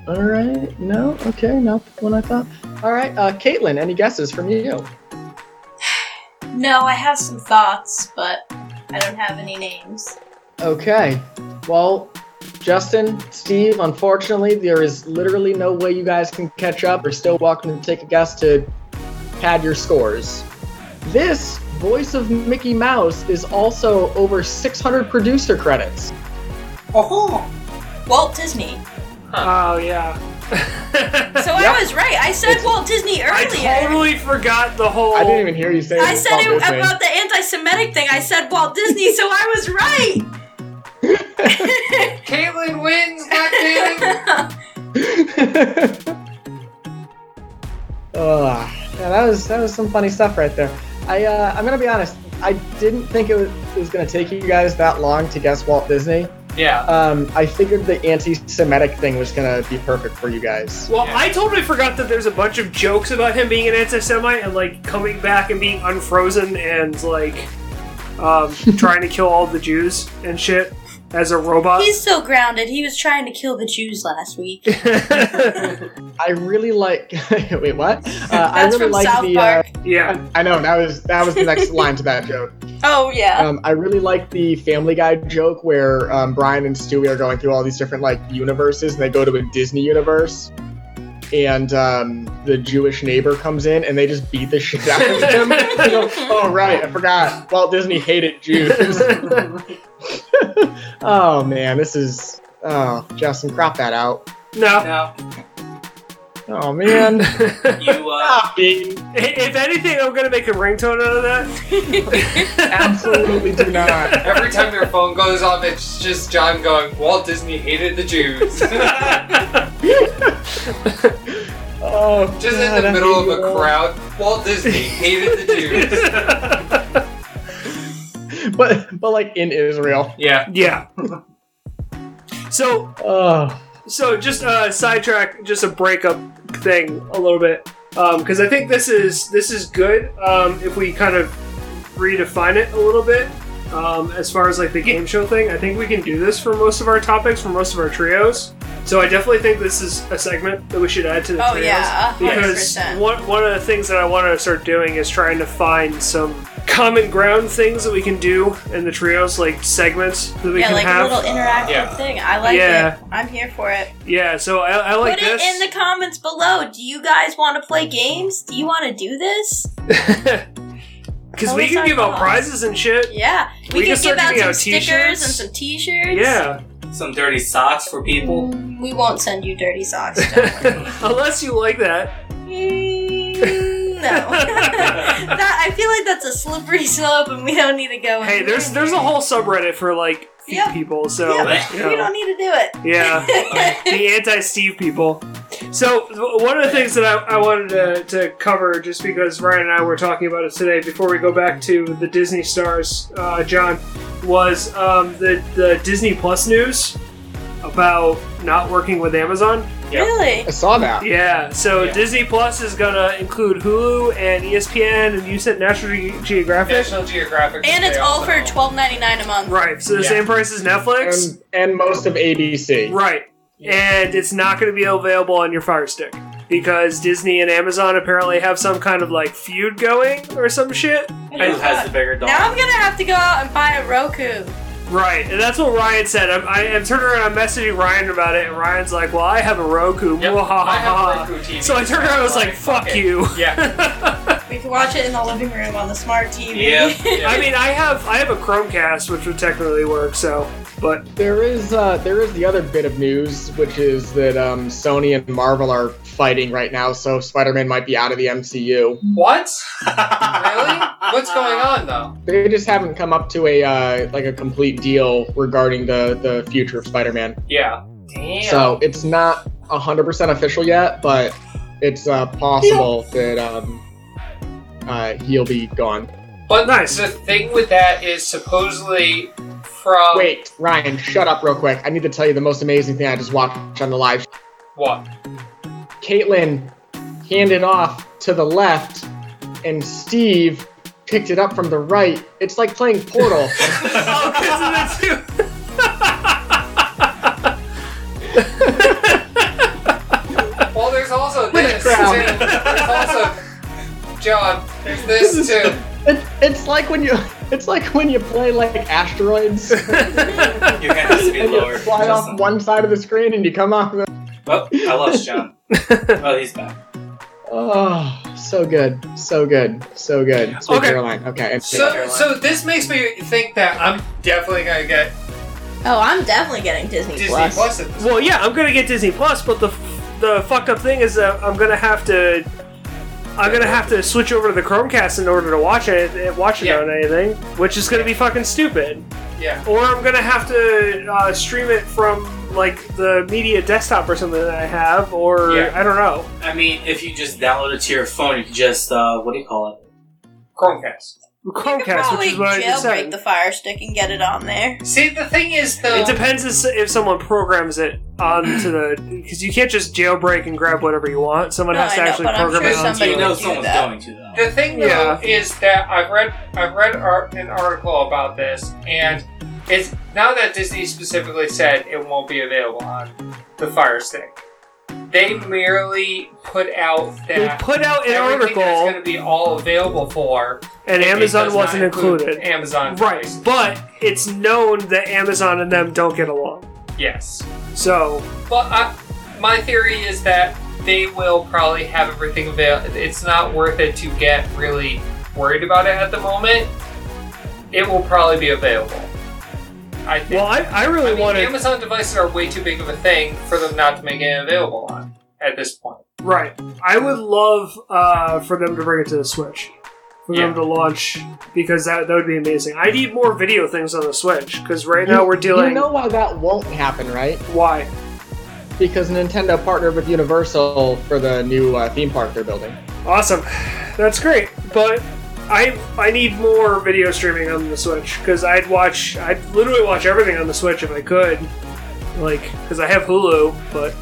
Speaker 2: All right. No. Okay. Not the one I thought. All right. Uh, Caitlin, any guesses from you?
Speaker 5: No, I have some thoughts, but I don't have any names.
Speaker 2: Okay. Well, Justin, Steve, unfortunately, there is literally no way you guys can catch up. You're still welcome to take a guess to pad your scores. This voice of Mickey Mouse is also over 600 producer credits.
Speaker 3: Oh,
Speaker 5: Walt Disney.
Speaker 9: Oh yeah.
Speaker 5: So I was right. I said Walt Disney earlier.
Speaker 9: I totally forgot the whole.
Speaker 2: I didn't even hear you say
Speaker 5: Oh, I said it
Speaker 2: Walt Disney.
Speaker 5: about the anti-Semitic thing. I said Walt Disney, so I was right.
Speaker 3: Caitlin wins, goddamn! (laughs)
Speaker 2: (laughs) Ugh. yeah, that was that was some funny stuff right there. I uh, I'm gonna be honest. I didn't think it was, it was gonna take you guys that long to guess Walt Disney.
Speaker 4: Yeah.
Speaker 2: Um, I figured the anti-Semitic thing was gonna be perfect for you guys.
Speaker 1: Well,
Speaker 4: Yeah.
Speaker 1: I totally forgot that there's a bunch of jokes about him being an anti-Semite and like coming back and being unfrozen and like um, trying to kill all the Jews and shit as a robot.
Speaker 5: (laughs) He's so grounded. He was trying to kill the Jews last week.
Speaker 2: I really like. (laughs) wait,
Speaker 5: (laughs)
Speaker 2: what? Uh, I
Speaker 5: That's
Speaker 2: really
Speaker 5: from
Speaker 2: like
Speaker 5: South
Speaker 2: the.
Speaker 5: Park.
Speaker 1: yeah,
Speaker 2: Uh, I know that was that was the next line to that joke.
Speaker 5: Oh
Speaker 1: uh,
Speaker 5: yeah.
Speaker 2: Um, I really like the Family Guy joke where um, Brian and Stewie are going through all these different like universes, and they go to a Disney universe, and um, the Jewish neighbor comes in, and they just beat the shit out of him. (laughs) They go, oh right, I forgot. Walt Disney hated Jews. (laughs) oh man, this is oh Justin, crop that out.
Speaker 1: no. (laughs)
Speaker 4: No.
Speaker 2: Oh man,
Speaker 4: You
Speaker 2: (laughs)
Speaker 4: uh,
Speaker 2: stop it.
Speaker 1: I- If anything, I'm gonna make a ringtone out of that.
Speaker 2: Absolutely do (laughs) not.
Speaker 3: Every time your phone goes off, it's just John going, Walt Disney hated the (laughs) Jews. just
Speaker 2: Oh,
Speaker 3: in
Speaker 2: God, I
Speaker 3: the middle
Speaker 2: hate
Speaker 3: of
Speaker 2: you
Speaker 3: a
Speaker 2: all.
Speaker 3: crowd, Walt Disney hated the Jews.
Speaker 2: but but like in Israel.
Speaker 4: yeah.
Speaker 1: (laughs) (laughs) Yeah. So,
Speaker 2: Oh.
Speaker 1: so just uh, sidetrack, just a breakup thing a little bit, because I think this is this is good um, if we kind of redefine it a little bit um, as far as like the game show thing. I think we can do this for most of our topics, for most of our trios. So I definitely think this is a segment that we should add to the
Speaker 5: Oh
Speaker 1: trios.
Speaker 5: yeah. a hundred
Speaker 1: because
Speaker 5: percent.
Speaker 1: one, one of the things that I want to start doing is trying to find some common ground things that we can do in the trios, like segments that we
Speaker 5: Yeah,
Speaker 1: can
Speaker 5: like
Speaker 1: have.
Speaker 5: a little interactive
Speaker 4: Yeah.
Speaker 5: thing. I like
Speaker 1: Yeah.
Speaker 5: it. I'm here for it.
Speaker 1: yeah, so I, I like
Speaker 5: Put
Speaker 1: this.
Speaker 5: it in the comments below. Do you guys want to play games? Do you want to do this?
Speaker 1: Because
Speaker 5: Tell
Speaker 1: we
Speaker 5: us
Speaker 1: can
Speaker 5: our
Speaker 1: give out
Speaker 5: thoughts.
Speaker 1: prizes and shit.
Speaker 5: Yeah,
Speaker 1: We
Speaker 5: we,
Speaker 1: can
Speaker 5: can
Speaker 1: start
Speaker 5: give out
Speaker 1: giving
Speaker 5: some
Speaker 1: out
Speaker 5: stickers
Speaker 1: t-shirts.
Speaker 5: and some T-shirts.
Speaker 1: Yeah.
Speaker 4: Some dirty socks for people.
Speaker 5: we won't send you
Speaker 1: (laughs)
Speaker 5: dirty socks.
Speaker 1: Unless you like that.
Speaker 5: Mm, no, (laughs) that, I feel like that's a slippery slope, and we don't need to go.
Speaker 1: Hey,
Speaker 5: in
Speaker 1: there's there's a whole subreddit for like feet
Speaker 5: Yep.
Speaker 1: people, so
Speaker 5: Yeah,
Speaker 1: you
Speaker 5: we
Speaker 1: know.
Speaker 5: don't need to do it. (laughs)
Speaker 1: yeah. the anti-Steve people. So w- one of the things that I, I wanted to, to cover, just because Ryan and I were talking about it today, before we go back to the Disney stars, uh, John, was um, the the Disney Plus news about not working with Amazon.
Speaker 4: Yeah.
Speaker 5: Really?
Speaker 2: I saw that.
Speaker 1: Yeah, so
Speaker 4: Yeah.
Speaker 1: Disney Plus is gonna include Hulu and E ESPN, and you said National Ge- Geographic,
Speaker 3: National Geographic.
Speaker 5: And it's
Speaker 3: they
Speaker 5: all
Speaker 3: also-
Speaker 5: for twelve ninety nine a month.
Speaker 1: right? So the
Speaker 4: Yeah.
Speaker 1: same price as Netflix,
Speaker 2: And, and most of ABC.
Speaker 1: right? And it's not gonna be available on your Fire Stick because Disney and Amazon apparently have some kind of like feud going or some shit,
Speaker 4: Who
Speaker 5: What
Speaker 4: has
Speaker 5: is that?
Speaker 4: the bigger dog?
Speaker 5: Now I'm gonna have to go out and buy a Roku.
Speaker 1: right? And that's what Ryan said. I'm, I, I'm turning around, I'm messaging Ryan about it, and Ryan's like, "Well, I have a Roku." (laughs)
Speaker 3: Yep,
Speaker 1: Wah, ha,
Speaker 3: I have
Speaker 1: ha,
Speaker 3: a
Speaker 1: ha.
Speaker 3: Roku TV.
Speaker 1: So I turned around, and I was like, "Fuck
Speaker 3: Okay.
Speaker 1: you." (laughs)
Speaker 3: Yeah.
Speaker 5: We can watch it in the living room on the smart TV.
Speaker 4: Yeah.
Speaker 3: yeah.
Speaker 1: I mean, I have I have a Chromecast, which would technically work. So, but (laughs)
Speaker 2: There is uh, there is the other bit of news, which is that um, Sony and Marvel are fighting right now, so Spider-Man might be out of the MCU.
Speaker 3: What?
Speaker 1: (laughs)
Speaker 3: Really? What's going on, though?
Speaker 2: They just haven't come up to a uh, like a complete deal regarding the the future of Spider-Man.
Speaker 4: Yeah.
Speaker 3: Damn.
Speaker 2: So it's not hundred percent official yet, but it's uh, possible that um, uh, he'll be gone.
Speaker 3: But
Speaker 1: Nice.
Speaker 3: the thing with that is supposedly from
Speaker 2: Wait, Ryan, shut up real quick. I need to tell you the most amazing thing I just watched on the live
Speaker 3: what?
Speaker 2: Caitlin handed off to the left, and Steve picked it up from the right. It's like playing Portal.
Speaker 1: oh, because of the two.
Speaker 3: Well, there's also this.
Speaker 2: Witchcraft.
Speaker 3: Too. There's also John. There's this too.
Speaker 2: It- It's like when you it's like when you play like asteroids
Speaker 4: (laughs) Your hand has to be
Speaker 2: and
Speaker 4: lower.
Speaker 2: you fly off one side of the screen and you come off the
Speaker 4: Oh, I lost John. oh, he's back.
Speaker 2: Oh so good. So good. So good. Sweet
Speaker 6: Okay.
Speaker 2: Caroline. Okay. and-
Speaker 3: So, so this makes me think that I'm definitely gonna get
Speaker 5: (laughs) Oh, I'm definitely getting Disney,
Speaker 3: Disney
Speaker 5: Plus.
Speaker 3: Plus. at this
Speaker 1: Well, yeah, I'm gonna get Disney Plus, but the the fucked up thing is that I'm gonna have to. I'm gonna have to switch over to the Chromecast in order to watch it, watch it
Speaker 3: Yeah.
Speaker 1: on anything, which is gonna be fucking stupid.
Speaker 3: Yeah.
Speaker 1: Or I'm gonna have to uh, stream it from like the media desktop or something that I have, or
Speaker 3: Yeah.
Speaker 1: I don't know.
Speaker 4: I mean, if you just download it to your phone, you can just uh, what do you call it?
Speaker 3: Chromecast.
Speaker 5: You could
Speaker 1: Chromecast,
Speaker 5: probably
Speaker 1: which is what I just
Speaker 5: jailbreak
Speaker 1: said.
Speaker 5: the Fire Stick and get it on there.
Speaker 3: See, the thing is though,
Speaker 1: It depends if if someone programs it onto the
Speaker 5: (clears throat)
Speaker 1: because you can't just jailbreak and grab whatever you want. Someone
Speaker 5: No,
Speaker 1: has to
Speaker 5: I know,
Speaker 1: actually
Speaker 5: but I'm
Speaker 1: program
Speaker 5: sure
Speaker 1: it onto.
Speaker 5: somebody
Speaker 4: you know
Speaker 5: would do
Speaker 4: someone's
Speaker 5: that.
Speaker 4: going to though.
Speaker 3: The thing though
Speaker 1: Yeah.
Speaker 3: is that I've read I've read ar- an article about this, and it's now that Disney specifically said it won't be available on the Fire Stick. They merely put out
Speaker 1: They
Speaker 3: that
Speaker 1: put out an
Speaker 3: everything that's going
Speaker 1: article,
Speaker 3: to be all available for,
Speaker 1: and
Speaker 3: it
Speaker 1: Amazon
Speaker 3: does not
Speaker 1: wasn't
Speaker 3: include
Speaker 1: included.
Speaker 3: Amazon,
Speaker 1: Right,
Speaker 3: price.
Speaker 1: but it's known that Amazon and them don't get along.
Speaker 3: Yes,
Speaker 1: So
Speaker 3: but I, my theory is that they will probably have everything available. It's not worth it to get really worried about it at the moment. It will probably be available. I think.
Speaker 1: well, I, I
Speaker 3: I
Speaker 1: really
Speaker 3: mean,
Speaker 1: wanted
Speaker 3: Amazon devices are way too big of a thing for them not to make it available on at this point.
Speaker 1: right. I would love uh, for them to bring it to the Switch, for
Speaker 3: Yeah.
Speaker 1: them to launch because that that would be amazing. I need more video things on the Switch because right now we're dealing.
Speaker 2: You know why that won't happen, right?
Speaker 1: why?
Speaker 2: Because Nintendo partnered with Universal for the new uh, theme park they're building.
Speaker 1: Awesome, that's great. But I I need more video streaming on the Switch because I'd watch I'd literally watch everything on the Switch if I could, like because I have Hulu, but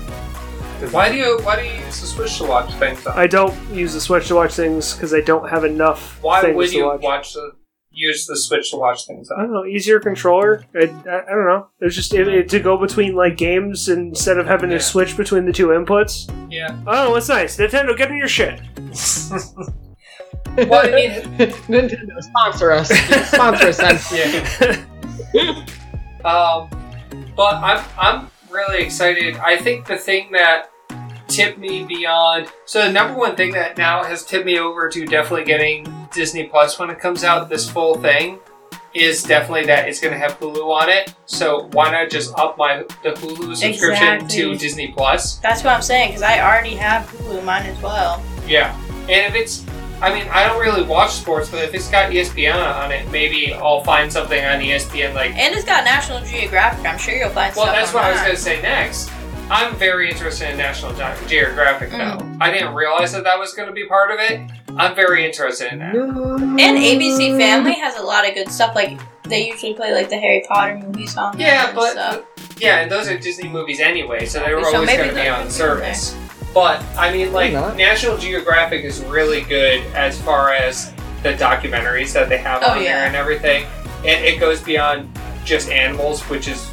Speaker 3: Why do you why do you use the Switch to watch things on?
Speaker 1: I don't use the Switch to watch things because I don't have enough.
Speaker 3: Why
Speaker 1: things
Speaker 3: would
Speaker 1: to
Speaker 3: you
Speaker 1: watch?
Speaker 3: watch, the use the Switch to watch things
Speaker 1: I
Speaker 3: on?
Speaker 1: don't know, easier controller. I, I, I don't know. It was just it, it- to go between like games instead of having
Speaker 3: Yeah.
Speaker 1: to switch between the two inputs.
Speaker 3: Yeah.
Speaker 1: Oh, that's nice. Nintendo, get in your shit.
Speaker 3: Well, I
Speaker 1: (laughs)
Speaker 3: mean,
Speaker 2: (laughs) Nintendo sponsor us. sponsor us. I'm-
Speaker 3: yeah. (laughs) um, but I'm I'm really excited. I think the thing that tipped me beyond so the number one thing that now has tipped me over to definitely getting Disney Plus when it comes out this full thing is definitely that it's going to have Hulu on it. So why not just up my the Hulu subscription to
Speaker 5: Exactly.
Speaker 3: Disney Plus?
Speaker 5: That's what I'm saying because I already have Hulu, mine as well.
Speaker 3: Yeah, and if it's I mean, I don't really watch sports, but if it's got E ESPN on it, maybe I'll find something on E ESPN like
Speaker 5: And it's got National Geographic. I'm sure you'll find
Speaker 3: Well,
Speaker 5: stuff
Speaker 3: that's what I was
Speaker 5: online.
Speaker 3: going to say next. I'm very interested in National Ge- Geographic now. I didn't realize that that was going to be part of it. I'm very interested in that.
Speaker 5: And ABC Family has a lot of good stuff. Like they usually play like the Harry Potter movies on there
Speaker 3: Yeah,
Speaker 5: and
Speaker 3: but
Speaker 5: stuff.
Speaker 3: yeah, and those are Disney movies anyway, so they were
Speaker 5: So
Speaker 3: always
Speaker 5: maybe
Speaker 3: going to be
Speaker 5: they're
Speaker 3: on the
Speaker 5: gonna be
Speaker 3: service. But I mean, like
Speaker 2: They're not.
Speaker 3: National Geographic is really good as far as the documentaries that they have
Speaker 5: Oh,
Speaker 3: on there
Speaker 5: yeah.
Speaker 3: and everything, and it goes beyond just animals, which is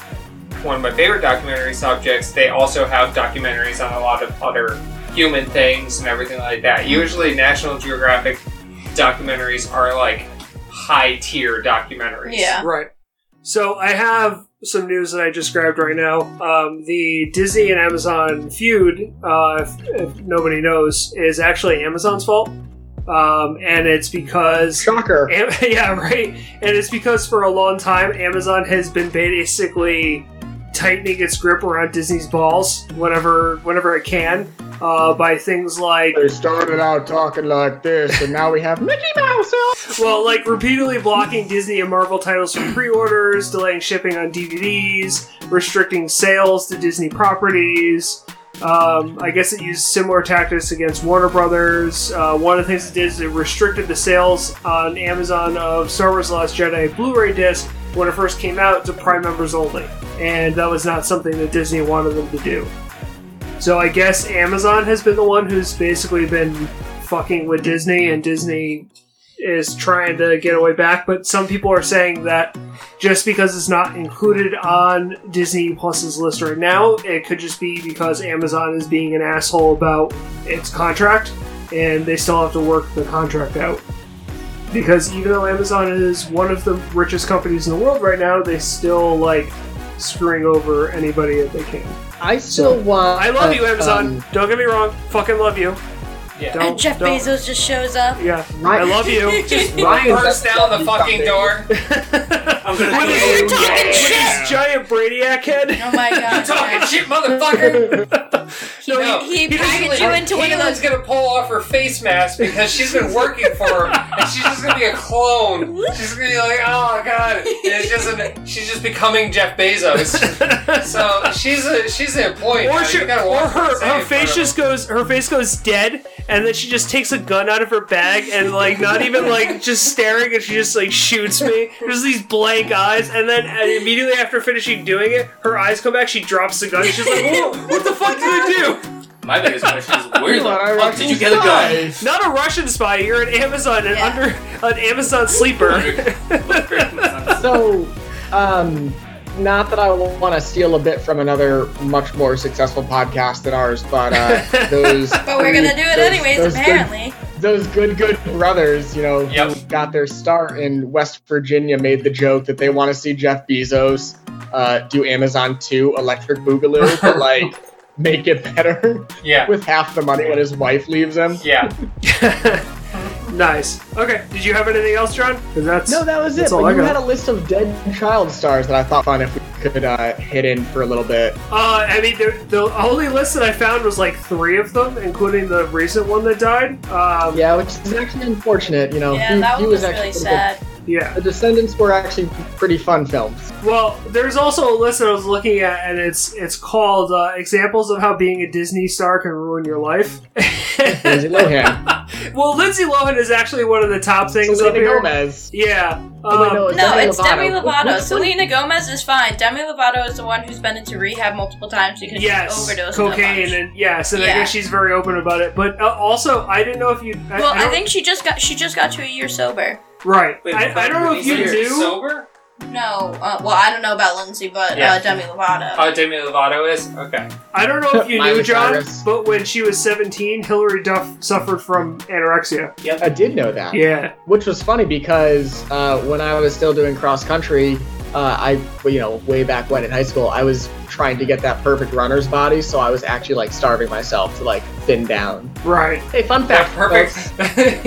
Speaker 3: one of my favorite documentary subjects. They also have documentaries on a lot of other human things and everything like
Speaker 5: Mm-hmm.
Speaker 3: that. Usually, National Geographic documentaries are like high tier documentaries.
Speaker 5: Yeah.
Speaker 1: Right. So I have some news that I just grabbed right now. Um, the Disney and Amazon feud, uh, if, if nobody knows, is actually Amazon's fault, um, and it's because.
Speaker 2: Shocker.
Speaker 1: Am- (laughs) yeah, right. And it's because for a long time, Amazon has been basically tightening its grip around Disney's balls whenever whenever it can uh, by things like
Speaker 2: They started out talking like this, and now we have Mickey Mouse.
Speaker 1: well, like repeatedly blocking Disney and Marvel titles from pre-orders, delaying shipping on DVDs, restricting sales to Disney properties. Um, I guess it used similar tactics against Warner Brothers. Uh, one of the things it did is it restricted the sales on Amazon of Star Wars: The Last Jedi Blu-ray disc when it first came out to Prime members only, and that was not something that Disney wanted them to do. So I guess Amazon has been the one who's basically been fucking with Disney, and Disney is trying to get away back, but some people are saying that just because it's not included on Disney Plus's list right now, it could just be because Amazon is being an asshole about its contract and they still have to work the contract out. because even though Amazon is one of the richest companies in the world right now, they still like screwing over anybody that they can.
Speaker 2: I still want.
Speaker 1: I love you,
Speaker 2: um,
Speaker 1: Amazon. don't get me wrong. Fucking love you.
Speaker 3: Yeah.
Speaker 1: Don't,
Speaker 5: and Jeff
Speaker 1: don't-
Speaker 5: Bezos just shows up.
Speaker 1: Yeah,
Speaker 2: Right.
Speaker 1: I love (laughs) you.
Speaker 5: Just
Speaker 2: Ryan's
Speaker 3: Burst down the fucking door.
Speaker 4: I'm gonna
Speaker 1: What
Speaker 4: do
Speaker 1: is-
Speaker 4: it.
Speaker 5: You're talking
Speaker 1: Look at
Speaker 5: shit.
Speaker 1: this giant Brainiac head.
Speaker 5: Oh my
Speaker 1: (laughs)
Speaker 5: god.
Speaker 3: Talking shit, motherfucker.
Speaker 5: He,
Speaker 3: No,
Speaker 5: he,
Speaker 3: he
Speaker 5: packaged you into one of
Speaker 3: Caitlin's
Speaker 5: those.
Speaker 3: gonna pull off her face mask because she's been working for him, and she's just gonna be a clone. She's gonna be like, oh god, and it's just an, she's just becoming Jeff Bezos. So she's a she's an employee. now.
Speaker 1: Or,
Speaker 3: You
Speaker 1: she,
Speaker 3: gotta
Speaker 1: or
Speaker 3: walk
Speaker 1: her,
Speaker 3: insane
Speaker 1: her
Speaker 3: in front
Speaker 1: face
Speaker 3: of
Speaker 1: just goes her face goes dead and then she just takes a gun out of her bag and like not even like just staring and she just like shoots me there's these blank eyes and then and immediately after finishing doing it her eyes come back she drops the gun she's like Whoa, what the fuck did I do
Speaker 4: My biggest question is where the
Speaker 2: (laughs) You are a
Speaker 4: fuck did you
Speaker 2: Russian
Speaker 4: get a gun? (laughs)
Speaker 2: spy.
Speaker 1: not a Russian spy you're an Amazon an
Speaker 5: Yeah.
Speaker 1: under an Amazon
Speaker 5: (laughs)
Speaker 1: sleeper
Speaker 2: So, um, not that I want to steal a bit from another much more successful podcast than ours, but uh, those.
Speaker 5: But we're gonna do it
Speaker 2: those-
Speaker 5: anyways,
Speaker 2: those
Speaker 5: apparently.
Speaker 2: Good, those good, good brothers, you know, who
Speaker 3: Yep.
Speaker 2: got their start in West Virginia, made the joke that they want to see Jeff Bezos uh, do Amazon 2 Electric Boogaloo, but like make it better
Speaker 3: her. Yeah,
Speaker 2: with half the money when his wife leaves him.
Speaker 3: yeah.
Speaker 1: (laughs) nice okay did you have anything else John 'Cause that's
Speaker 2: No, that was it.
Speaker 1: That's all
Speaker 2: But
Speaker 1: I
Speaker 2: you
Speaker 1: got.
Speaker 2: had a list of dead child stars that I thought fun if we could uh, hit in for a little bit.
Speaker 1: Uh, I mean, the, the only list that I found was like three of them, including the recent one that died. Um, yeah.
Speaker 2: Yeah, which is actually unfortunate. You know,
Speaker 5: Yeah,
Speaker 2: he,
Speaker 5: that
Speaker 2: he
Speaker 5: one
Speaker 2: was,
Speaker 5: was really
Speaker 2: actually
Speaker 5: sad.
Speaker 2: The Descendants were actually pretty fun films.
Speaker 1: Well, there's also a list that I was looking at, and it's it's called uh, "Examples of How Being a Disney Star Can Ruin Your Life."
Speaker 2: Lindsay
Speaker 1: (laughs)
Speaker 2: Lohan,
Speaker 1: well, Lindsay Lohan is actually one of the top things up
Speaker 2: Selena
Speaker 1: here.
Speaker 2: Gomez.
Speaker 1: Yeah.
Speaker 2: Oh, wait,
Speaker 1: um,
Speaker 2: no,
Speaker 5: No,
Speaker 2: Demi
Speaker 5: it's
Speaker 2: Lovato.
Speaker 5: Demi Lovato.
Speaker 2: Which- which one-
Speaker 5: Selena Gomez is fine. Demi Lovato is the one who's been into rehab multiple times because
Speaker 1: Yes,
Speaker 5: she overdosed on a
Speaker 1: cocaine,
Speaker 5: bunch.
Speaker 1: and yes, and I
Speaker 5: Yeah.
Speaker 1: guess she's very open about it. But uh, also, I didn't know if you. I,
Speaker 5: Well, I,
Speaker 1: don't-
Speaker 5: think she just got she just got to a year sober.
Speaker 1: right.
Speaker 4: Wait,
Speaker 1: I, I don't know if you
Speaker 3: You're
Speaker 1: do.
Speaker 3: sober.
Speaker 5: No, uh, well, I don't know about Lindsay, but
Speaker 3: Yeah.
Speaker 5: uh, Demi Lovato.
Speaker 3: Oh, Demi Lovato is okay.
Speaker 1: I don't know if
Speaker 2: (laughs)
Speaker 1: you knew,
Speaker 2: Miley
Speaker 1: John,
Speaker 2: Cyrus.
Speaker 1: but when she was 17, Hillary Duff suffered from anorexia.
Speaker 2: I did know that.
Speaker 1: Yeah.
Speaker 2: Which was funny because uh, when I was still doing cross country, uh, I, well, you know, way back when in high school, I was trying to get that perfect runner's body, so I was actually like starving myself to like thin down.
Speaker 1: Right.
Speaker 2: Hey, fun
Speaker 3: That
Speaker 2: fact, folks.
Speaker 3: perfect.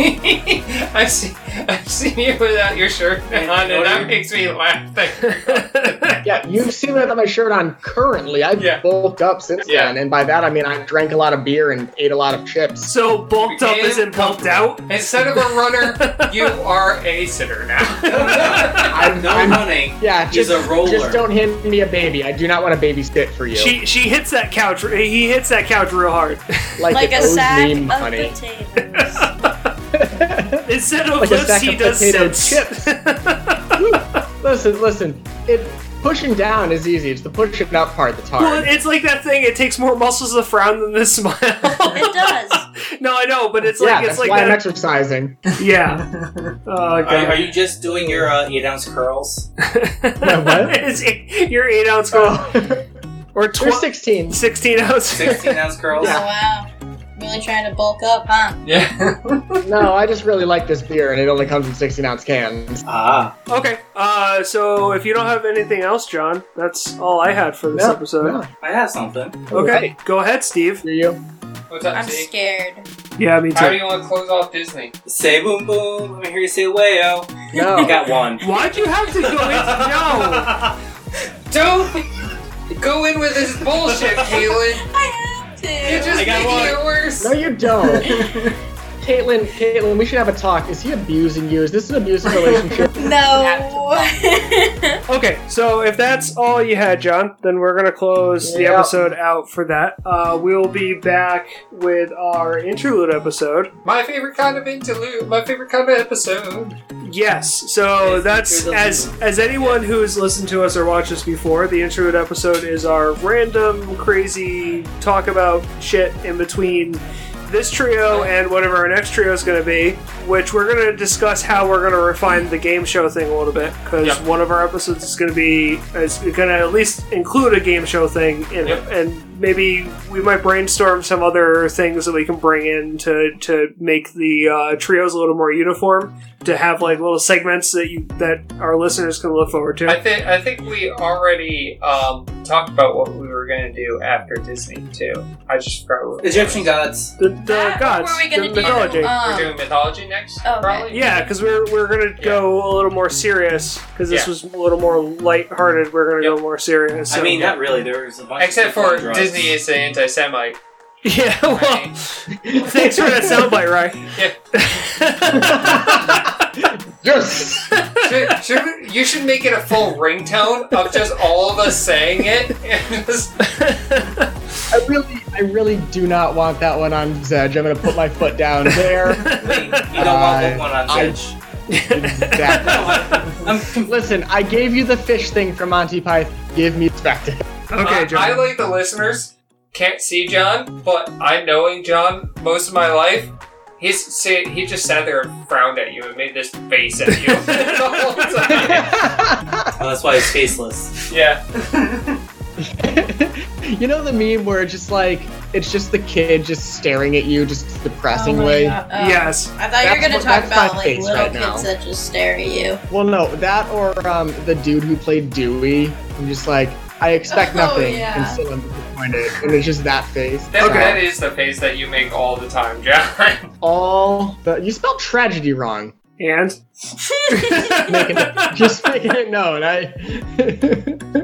Speaker 3: (laughs) I've seen I've seen you without your shirt on, and that makes me laugh.
Speaker 1: (laughs)
Speaker 3: (laughs)
Speaker 2: Yeah, you've seen me without my shirt on currently. I've
Speaker 3: Yeah.
Speaker 2: bulked up since
Speaker 3: Yeah.
Speaker 2: then, and by that I mean I drank a lot of beer and ate a lot of chips.
Speaker 1: (laughs) So bulked up as in pumped out?
Speaker 3: Instead of a runner, you are a sitter now.
Speaker 2: I'm,
Speaker 4: No
Speaker 2: I'm-
Speaker 4: running.
Speaker 2: yeah,
Speaker 4: He's
Speaker 2: just,
Speaker 4: a roller.
Speaker 2: just don't hand me a baby. I do not want a babysit for you.
Speaker 1: She she hits that couch. He hits that couch real hard.
Speaker 2: like,
Speaker 5: like
Speaker 2: it
Speaker 5: a
Speaker 2: owes
Speaker 5: sack
Speaker 2: me
Speaker 5: of
Speaker 2: money.
Speaker 5: potatoes.
Speaker 2: (laughs)
Speaker 1: Instead of
Speaker 2: Like a
Speaker 1: lifts,
Speaker 2: sack
Speaker 1: he
Speaker 2: of
Speaker 1: does
Speaker 2: potato
Speaker 1: sits.
Speaker 2: chips.
Speaker 1: (laughs)
Speaker 2: listen, listen. It pushing down is easy. It's the pushing up part that's hard.
Speaker 1: Well, it's like that thing. It takes more muscles to frown than to smile.
Speaker 5: it (laughs)
Speaker 1: (laughs)
Speaker 5: does.
Speaker 1: no, I know, but it's
Speaker 2: yeah,
Speaker 1: like
Speaker 2: that's
Speaker 1: it's like
Speaker 2: why I'm
Speaker 1: that. (laughs)
Speaker 2: exercising. (laughs)
Speaker 1: yeah. Oh
Speaker 4: Are, are
Speaker 1: god.
Speaker 4: you just doing your uh, eight ounce curls?
Speaker 1: (laughs)
Speaker 2: what?
Speaker 1: It's eight, you're eight ounce girl
Speaker 2: Oh,
Speaker 1: or
Speaker 2: you're
Speaker 1: tw-
Speaker 2: 16.
Speaker 1: sixteen ounce.
Speaker 4: Sixteen ounce curls.
Speaker 5: Oh, wow. Really trying to bulk up, huh?
Speaker 3: yeah.
Speaker 2: No, I just really like this beer, and it only comes in 16 ounce cans.
Speaker 4: Ah,
Speaker 1: (laughs) Okay, uh, so if you don't have anything else, John, that's all I had for this
Speaker 2: No,
Speaker 1: episode.
Speaker 2: no.
Speaker 4: I have something.
Speaker 1: Okay,
Speaker 2: Right.
Speaker 1: go ahead, Steve.
Speaker 2: Do you?
Speaker 3: What's up,
Speaker 5: I'm
Speaker 3: Z?
Speaker 5: scared.
Speaker 1: Yeah, me
Speaker 3: How do
Speaker 1: too.
Speaker 3: you want to close off Disney?
Speaker 4: Say boom boom. Let me hear you say wayo.
Speaker 2: No.
Speaker 4: You got one.
Speaker 1: Why'd you have to go into (laughs) no?
Speaker 3: Don't go in with this bullshit, Caitlin.
Speaker 5: I have
Speaker 3: You're
Speaker 5: to. (laughs)
Speaker 3: just
Speaker 4: I got
Speaker 3: making
Speaker 4: one.
Speaker 3: it worse.
Speaker 2: No, you don't. Caitlin, Caitlin, we should have a talk. Is he abusing you? Is this an abusive relationship?
Speaker 1: (laughs)
Speaker 5: (laughs) No.
Speaker 1: Okay, so if that's all you had, John, then we're gonna close the
Speaker 2: Yep.
Speaker 1: episode out for that. Uh, we'll be back with our interlude episode.
Speaker 3: My favorite kind of interlude. My favorite kind of episode.
Speaker 1: Yes, so
Speaker 4: Yes,
Speaker 1: that's
Speaker 4: interlude.
Speaker 1: as as anyone who's listened to us or watched us before, the interlude episode is our random crazy talk about shit in between this trio and whatever our next trio is going to be, which we're going to discuss how we're going to refine the game show thing a little bit because
Speaker 3: Yep.
Speaker 1: one of our episodes is going to be is going to at least include a game show thing in
Speaker 3: Yep.
Speaker 1: it, and maybe we might brainstorm some other things that we can bring in to to make the uh, trios a little more uniform. To have like little segments that you that our listeners can look forward to.
Speaker 3: I think I think we already um, talked about what we were gonna do after Disney too. I just forgot. What we
Speaker 4: Egyptian gods.
Speaker 1: the the
Speaker 5: That, or
Speaker 1: gods,
Speaker 5: Ah, were we
Speaker 1: the
Speaker 5: gonna do,
Speaker 1: mythology.
Speaker 5: um,
Speaker 3: we're doing mythology next,
Speaker 5: Oh, okay.
Speaker 3: probably.
Speaker 1: Yeah, because we're we're gonna go a little more serious because this
Speaker 3: Yeah.
Speaker 1: was a little more lighthearted. We're gonna go
Speaker 3: Yep.
Speaker 1: more serious.
Speaker 4: I
Speaker 1: so-
Speaker 4: mean, not really. There was a bunch.
Speaker 3: Except
Speaker 4: of
Speaker 3: for
Speaker 4: different drugs.
Speaker 3: Disney is an anti-Semite.
Speaker 1: (laughs) yeah. Well,
Speaker 3: Right.
Speaker 1: thanks for that soundbite, (laughs) Ryan.
Speaker 2: Yes.
Speaker 3: should, should we- you should make it a full ringtone of just all of us saying it. (laughs) And just,
Speaker 2: I really, I really do not want that one on Zedge. I'm gonna put my foot down there.
Speaker 4: Wait, you don't want
Speaker 2: I-
Speaker 4: Luke one on
Speaker 2: I-
Speaker 4: Zedge.
Speaker 2: Exactly.
Speaker 4: I'm conf-
Speaker 2: Listen, I gave you the fish thing from Monty Python. Give me perspective.
Speaker 1: okay,
Speaker 3: Uh,
Speaker 1: John.
Speaker 3: I like the listeners can't see John, but I knowing John most of my life, he's sit, he just sat there and frowned at you and made this face at you (laughs) the whole time.
Speaker 4: Oh, that's why it's faceless.
Speaker 3: Yeah,
Speaker 2: you know the meme where it's just like it's just the kid just staring at you, just depressingly.
Speaker 5: Oh.
Speaker 1: yes.
Speaker 5: I thought you were
Speaker 2: That's
Speaker 5: gonna
Speaker 2: what-
Speaker 5: talk
Speaker 2: that's
Speaker 5: about
Speaker 2: my
Speaker 5: like
Speaker 2: face
Speaker 5: little
Speaker 2: right
Speaker 5: kids
Speaker 2: now.
Speaker 5: that just stare at you.
Speaker 2: well, no, that or um, the dude who played Dewey. I'm just like, I expect
Speaker 5: Oh,
Speaker 2: nothing,
Speaker 5: yeah.
Speaker 2: and still I'm disappointed. And it's just that face.
Speaker 3: that,
Speaker 2: So,
Speaker 3: that is the face that you make all the
Speaker 2: (laughs)
Speaker 3: time, John.
Speaker 2: all the, you spelled tragedy wrong.
Speaker 1: And
Speaker 2: Making it, just making it known. (laughs) I.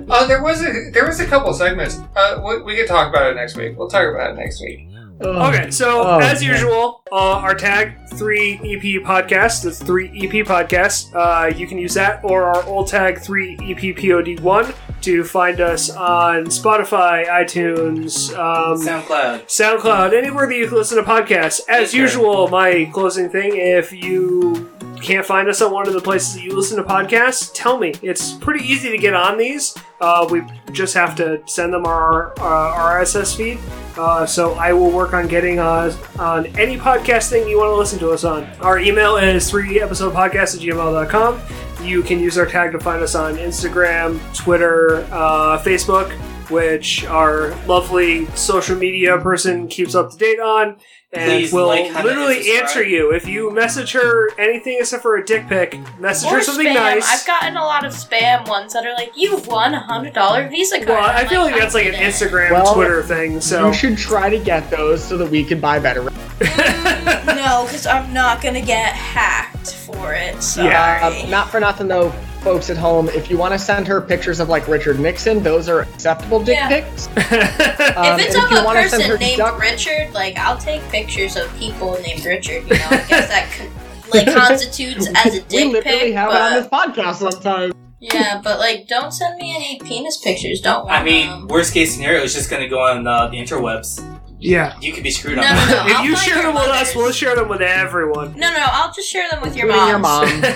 Speaker 3: Uh, there was a there was a couple segments. Uh, we, we could talk about it next week. We'll talk about it next week.
Speaker 1: (laughs) okay, so
Speaker 2: Oh,
Speaker 1: as
Speaker 2: man.
Speaker 1: usual, uh, our tag three EP podcast. That's three EP podcast. Uh, you can use that or our old tag three E EP pod one to find us on Spotify, iTunes, um,
Speaker 4: SoundCloud.
Speaker 1: SoundCloud, anywhere that you can listen to podcasts. As
Speaker 4: Okay.
Speaker 1: usual, my closing thing if you can't find us on one of the places that you listen to podcasts, tell me. It's pretty easy to get on these. Uh, we just have to send them our uh, RSS feed. Uh, so I will work on getting uh, us on any podcast thing you want to listen to us on. Our email is 3episodepodcast at gmail.com. You can use our tag to find us on Instagram, Twitter, uh, Facebook, which our lovely social media person keeps up to date on and
Speaker 4: Please
Speaker 1: will
Speaker 4: like, comment, and
Speaker 1: literally
Speaker 4: subscribe.
Speaker 1: answer you. If you message her anything except for a dick pic, message
Speaker 5: Or
Speaker 1: her something
Speaker 5: spam.
Speaker 1: nice.
Speaker 5: I've gotten a lot of spam ones that are like, "You've won a hundred dollar Visa card."
Speaker 1: well, I
Speaker 5: I'm
Speaker 1: feel like that's
Speaker 5: I
Speaker 1: like an
Speaker 5: didn't.
Speaker 1: Instagram,
Speaker 2: Well,
Speaker 1: Twitter thing. So
Speaker 2: You should try to get those so that we can buy better. (laughs)
Speaker 5: (laughs) no, because I'm not gonna get hacked for it. Sorry.
Speaker 2: Uh, not for nothing though, folks at home. If you want to send her pictures of like Richard Nixon, those are acceptable dick
Speaker 5: Yeah.
Speaker 2: pics. Um,
Speaker 5: if it's
Speaker 2: and
Speaker 5: of
Speaker 2: you
Speaker 5: a
Speaker 2: wanna send her
Speaker 5: person named
Speaker 2: duck-
Speaker 5: Richard, like I'll take pictures of people named Richard. You know, I guess that con-
Speaker 2: (laughs)
Speaker 5: like constitutes as a
Speaker 2: we
Speaker 5: dick
Speaker 2: literally
Speaker 5: pic.
Speaker 2: have
Speaker 5: but,
Speaker 2: it on this podcast sometimes.
Speaker 5: (laughs) yeah, but like, don't send me any penis pictures. Don't.
Speaker 4: I
Speaker 5: want
Speaker 4: mean,
Speaker 5: them.
Speaker 4: worst case scenario, it's just gonna go on uh, the interwebs.
Speaker 1: (laughs) yeah.
Speaker 4: You could be screwed
Speaker 5: no,
Speaker 4: on
Speaker 5: no,
Speaker 4: that.
Speaker 5: no.
Speaker 1: If
Speaker 5: I'll
Speaker 1: you
Speaker 5: find
Speaker 1: share
Speaker 5: your
Speaker 1: them with us, we'll
Speaker 5: mother's.
Speaker 1: share them with everyone.
Speaker 5: No, no, I'll just share them with your
Speaker 2: Including
Speaker 5: mom.
Speaker 2: your
Speaker 5: (laughs)
Speaker 2: mom.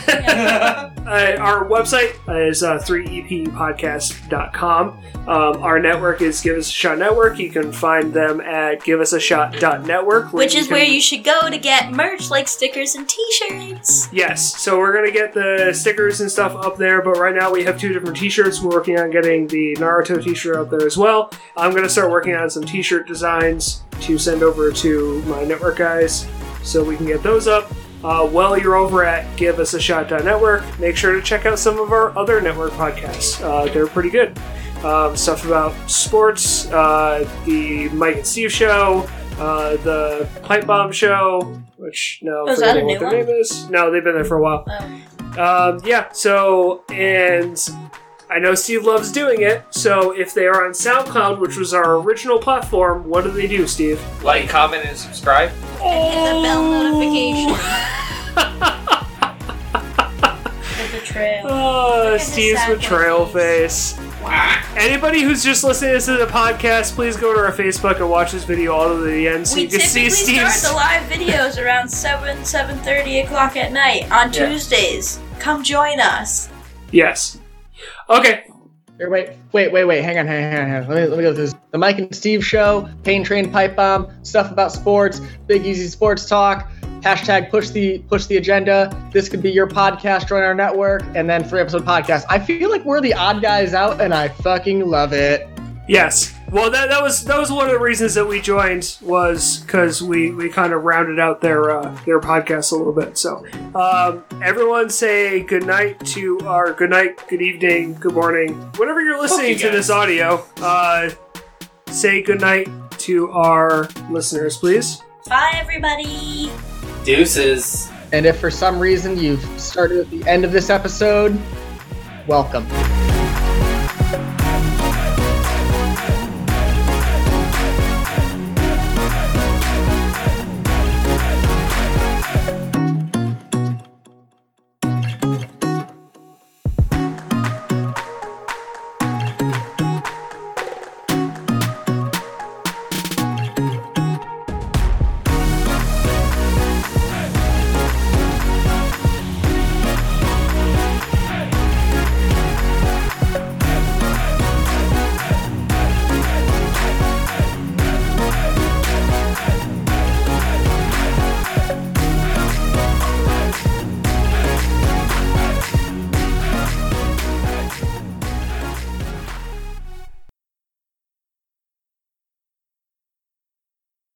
Speaker 1: Uh, our website is uh, 3eppodcast.com. Um, our network is Give Us a Shot Network. You can find them at giveusashot.network.
Speaker 5: Which is
Speaker 1: can-
Speaker 5: where you should go to get merch like stickers and t-shirts.
Speaker 1: Yes, so we're gonna get the stickers and stuff up there, but right now we have two different T-shirts. We're working on getting the Naruto T-shirt up there as well. I'm gonna start working on some T-shirt designs to send over to my network guys, so we can get those up. Uh, while you're over at giveusashot.network, make sure to check out some of our other network podcasts. Uh, they're pretty good. Um, stuff about sports, uh, the Mike and Steve show, uh, the Pipe Bomb show, which no,
Speaker 5: Oh, is
Speaker 1: forget
Speaker 5: that a
Speaker 1: what
Speaker 5: new
Speaker 1: their
Speaker 5: one?
Speaker 1: name is. No, they've been there for a while.
Speaker 5: Oh.
Speaker 1: Um, yeah, so, and I know Steve loves doing it, so if they are on SoundCloud, which was our original platform, what do they do, Steve?
Speaker 3: Like, comment, and subscribe.
Speaker 5: And hit the bell
Speaker 1: (laughs)
Speaker 5: notification. the betrayal.
Speaker 1: Oh,
Speaker 5: at his
Speaker 1: Steve's
Speaker 5: sad
Speaker 1: betrayal
Speaker 5: little
Speaker 1: face. Anybody who's just listening to the podcast, please go to our Facebook and watch this video all the way to the end so
Speaker 5: we
Speaker 1: you can see
Speaker 5: typically
Speaker 1: Steve's.
Speaker 5: start the live videos around 7, 7.30 o'clock at night on
Speaker 3: Yeah.
Speaker 5: Tuesdays. Come join us.
Speaker 1: Yes. Okay.
Speaker 2: Here, wait, wait, wait, wait. Hang on, hang on, hang on. hang on. Let me let me go through this. The Mike and Steve show, Pain Train Pipe Bomb, stuff about sports, Big Easy Sports Talk. Hashtag push the push the agenda. This could be your podcast. Join our network, and then free episode podcast. I feel like we're the odd guys out, and I fucking love it.
Speaker 1: Yes. well, that, that was that was one of the reasons that we joined was because we, we kind of rounded out their uh, their podcast a little bit. So, um, everyone say good night to our good night, good evening, good morning, whenever you're listening
Speaker 4: you
Speaker 1: to this audio. Uh, say good night to our listeners, please.
Speaker 5: Bye, everybody.
Speaker 4: (laughs) Deuces.
Speaker 2: And if for some reason you've started at the end of this episode, welcome.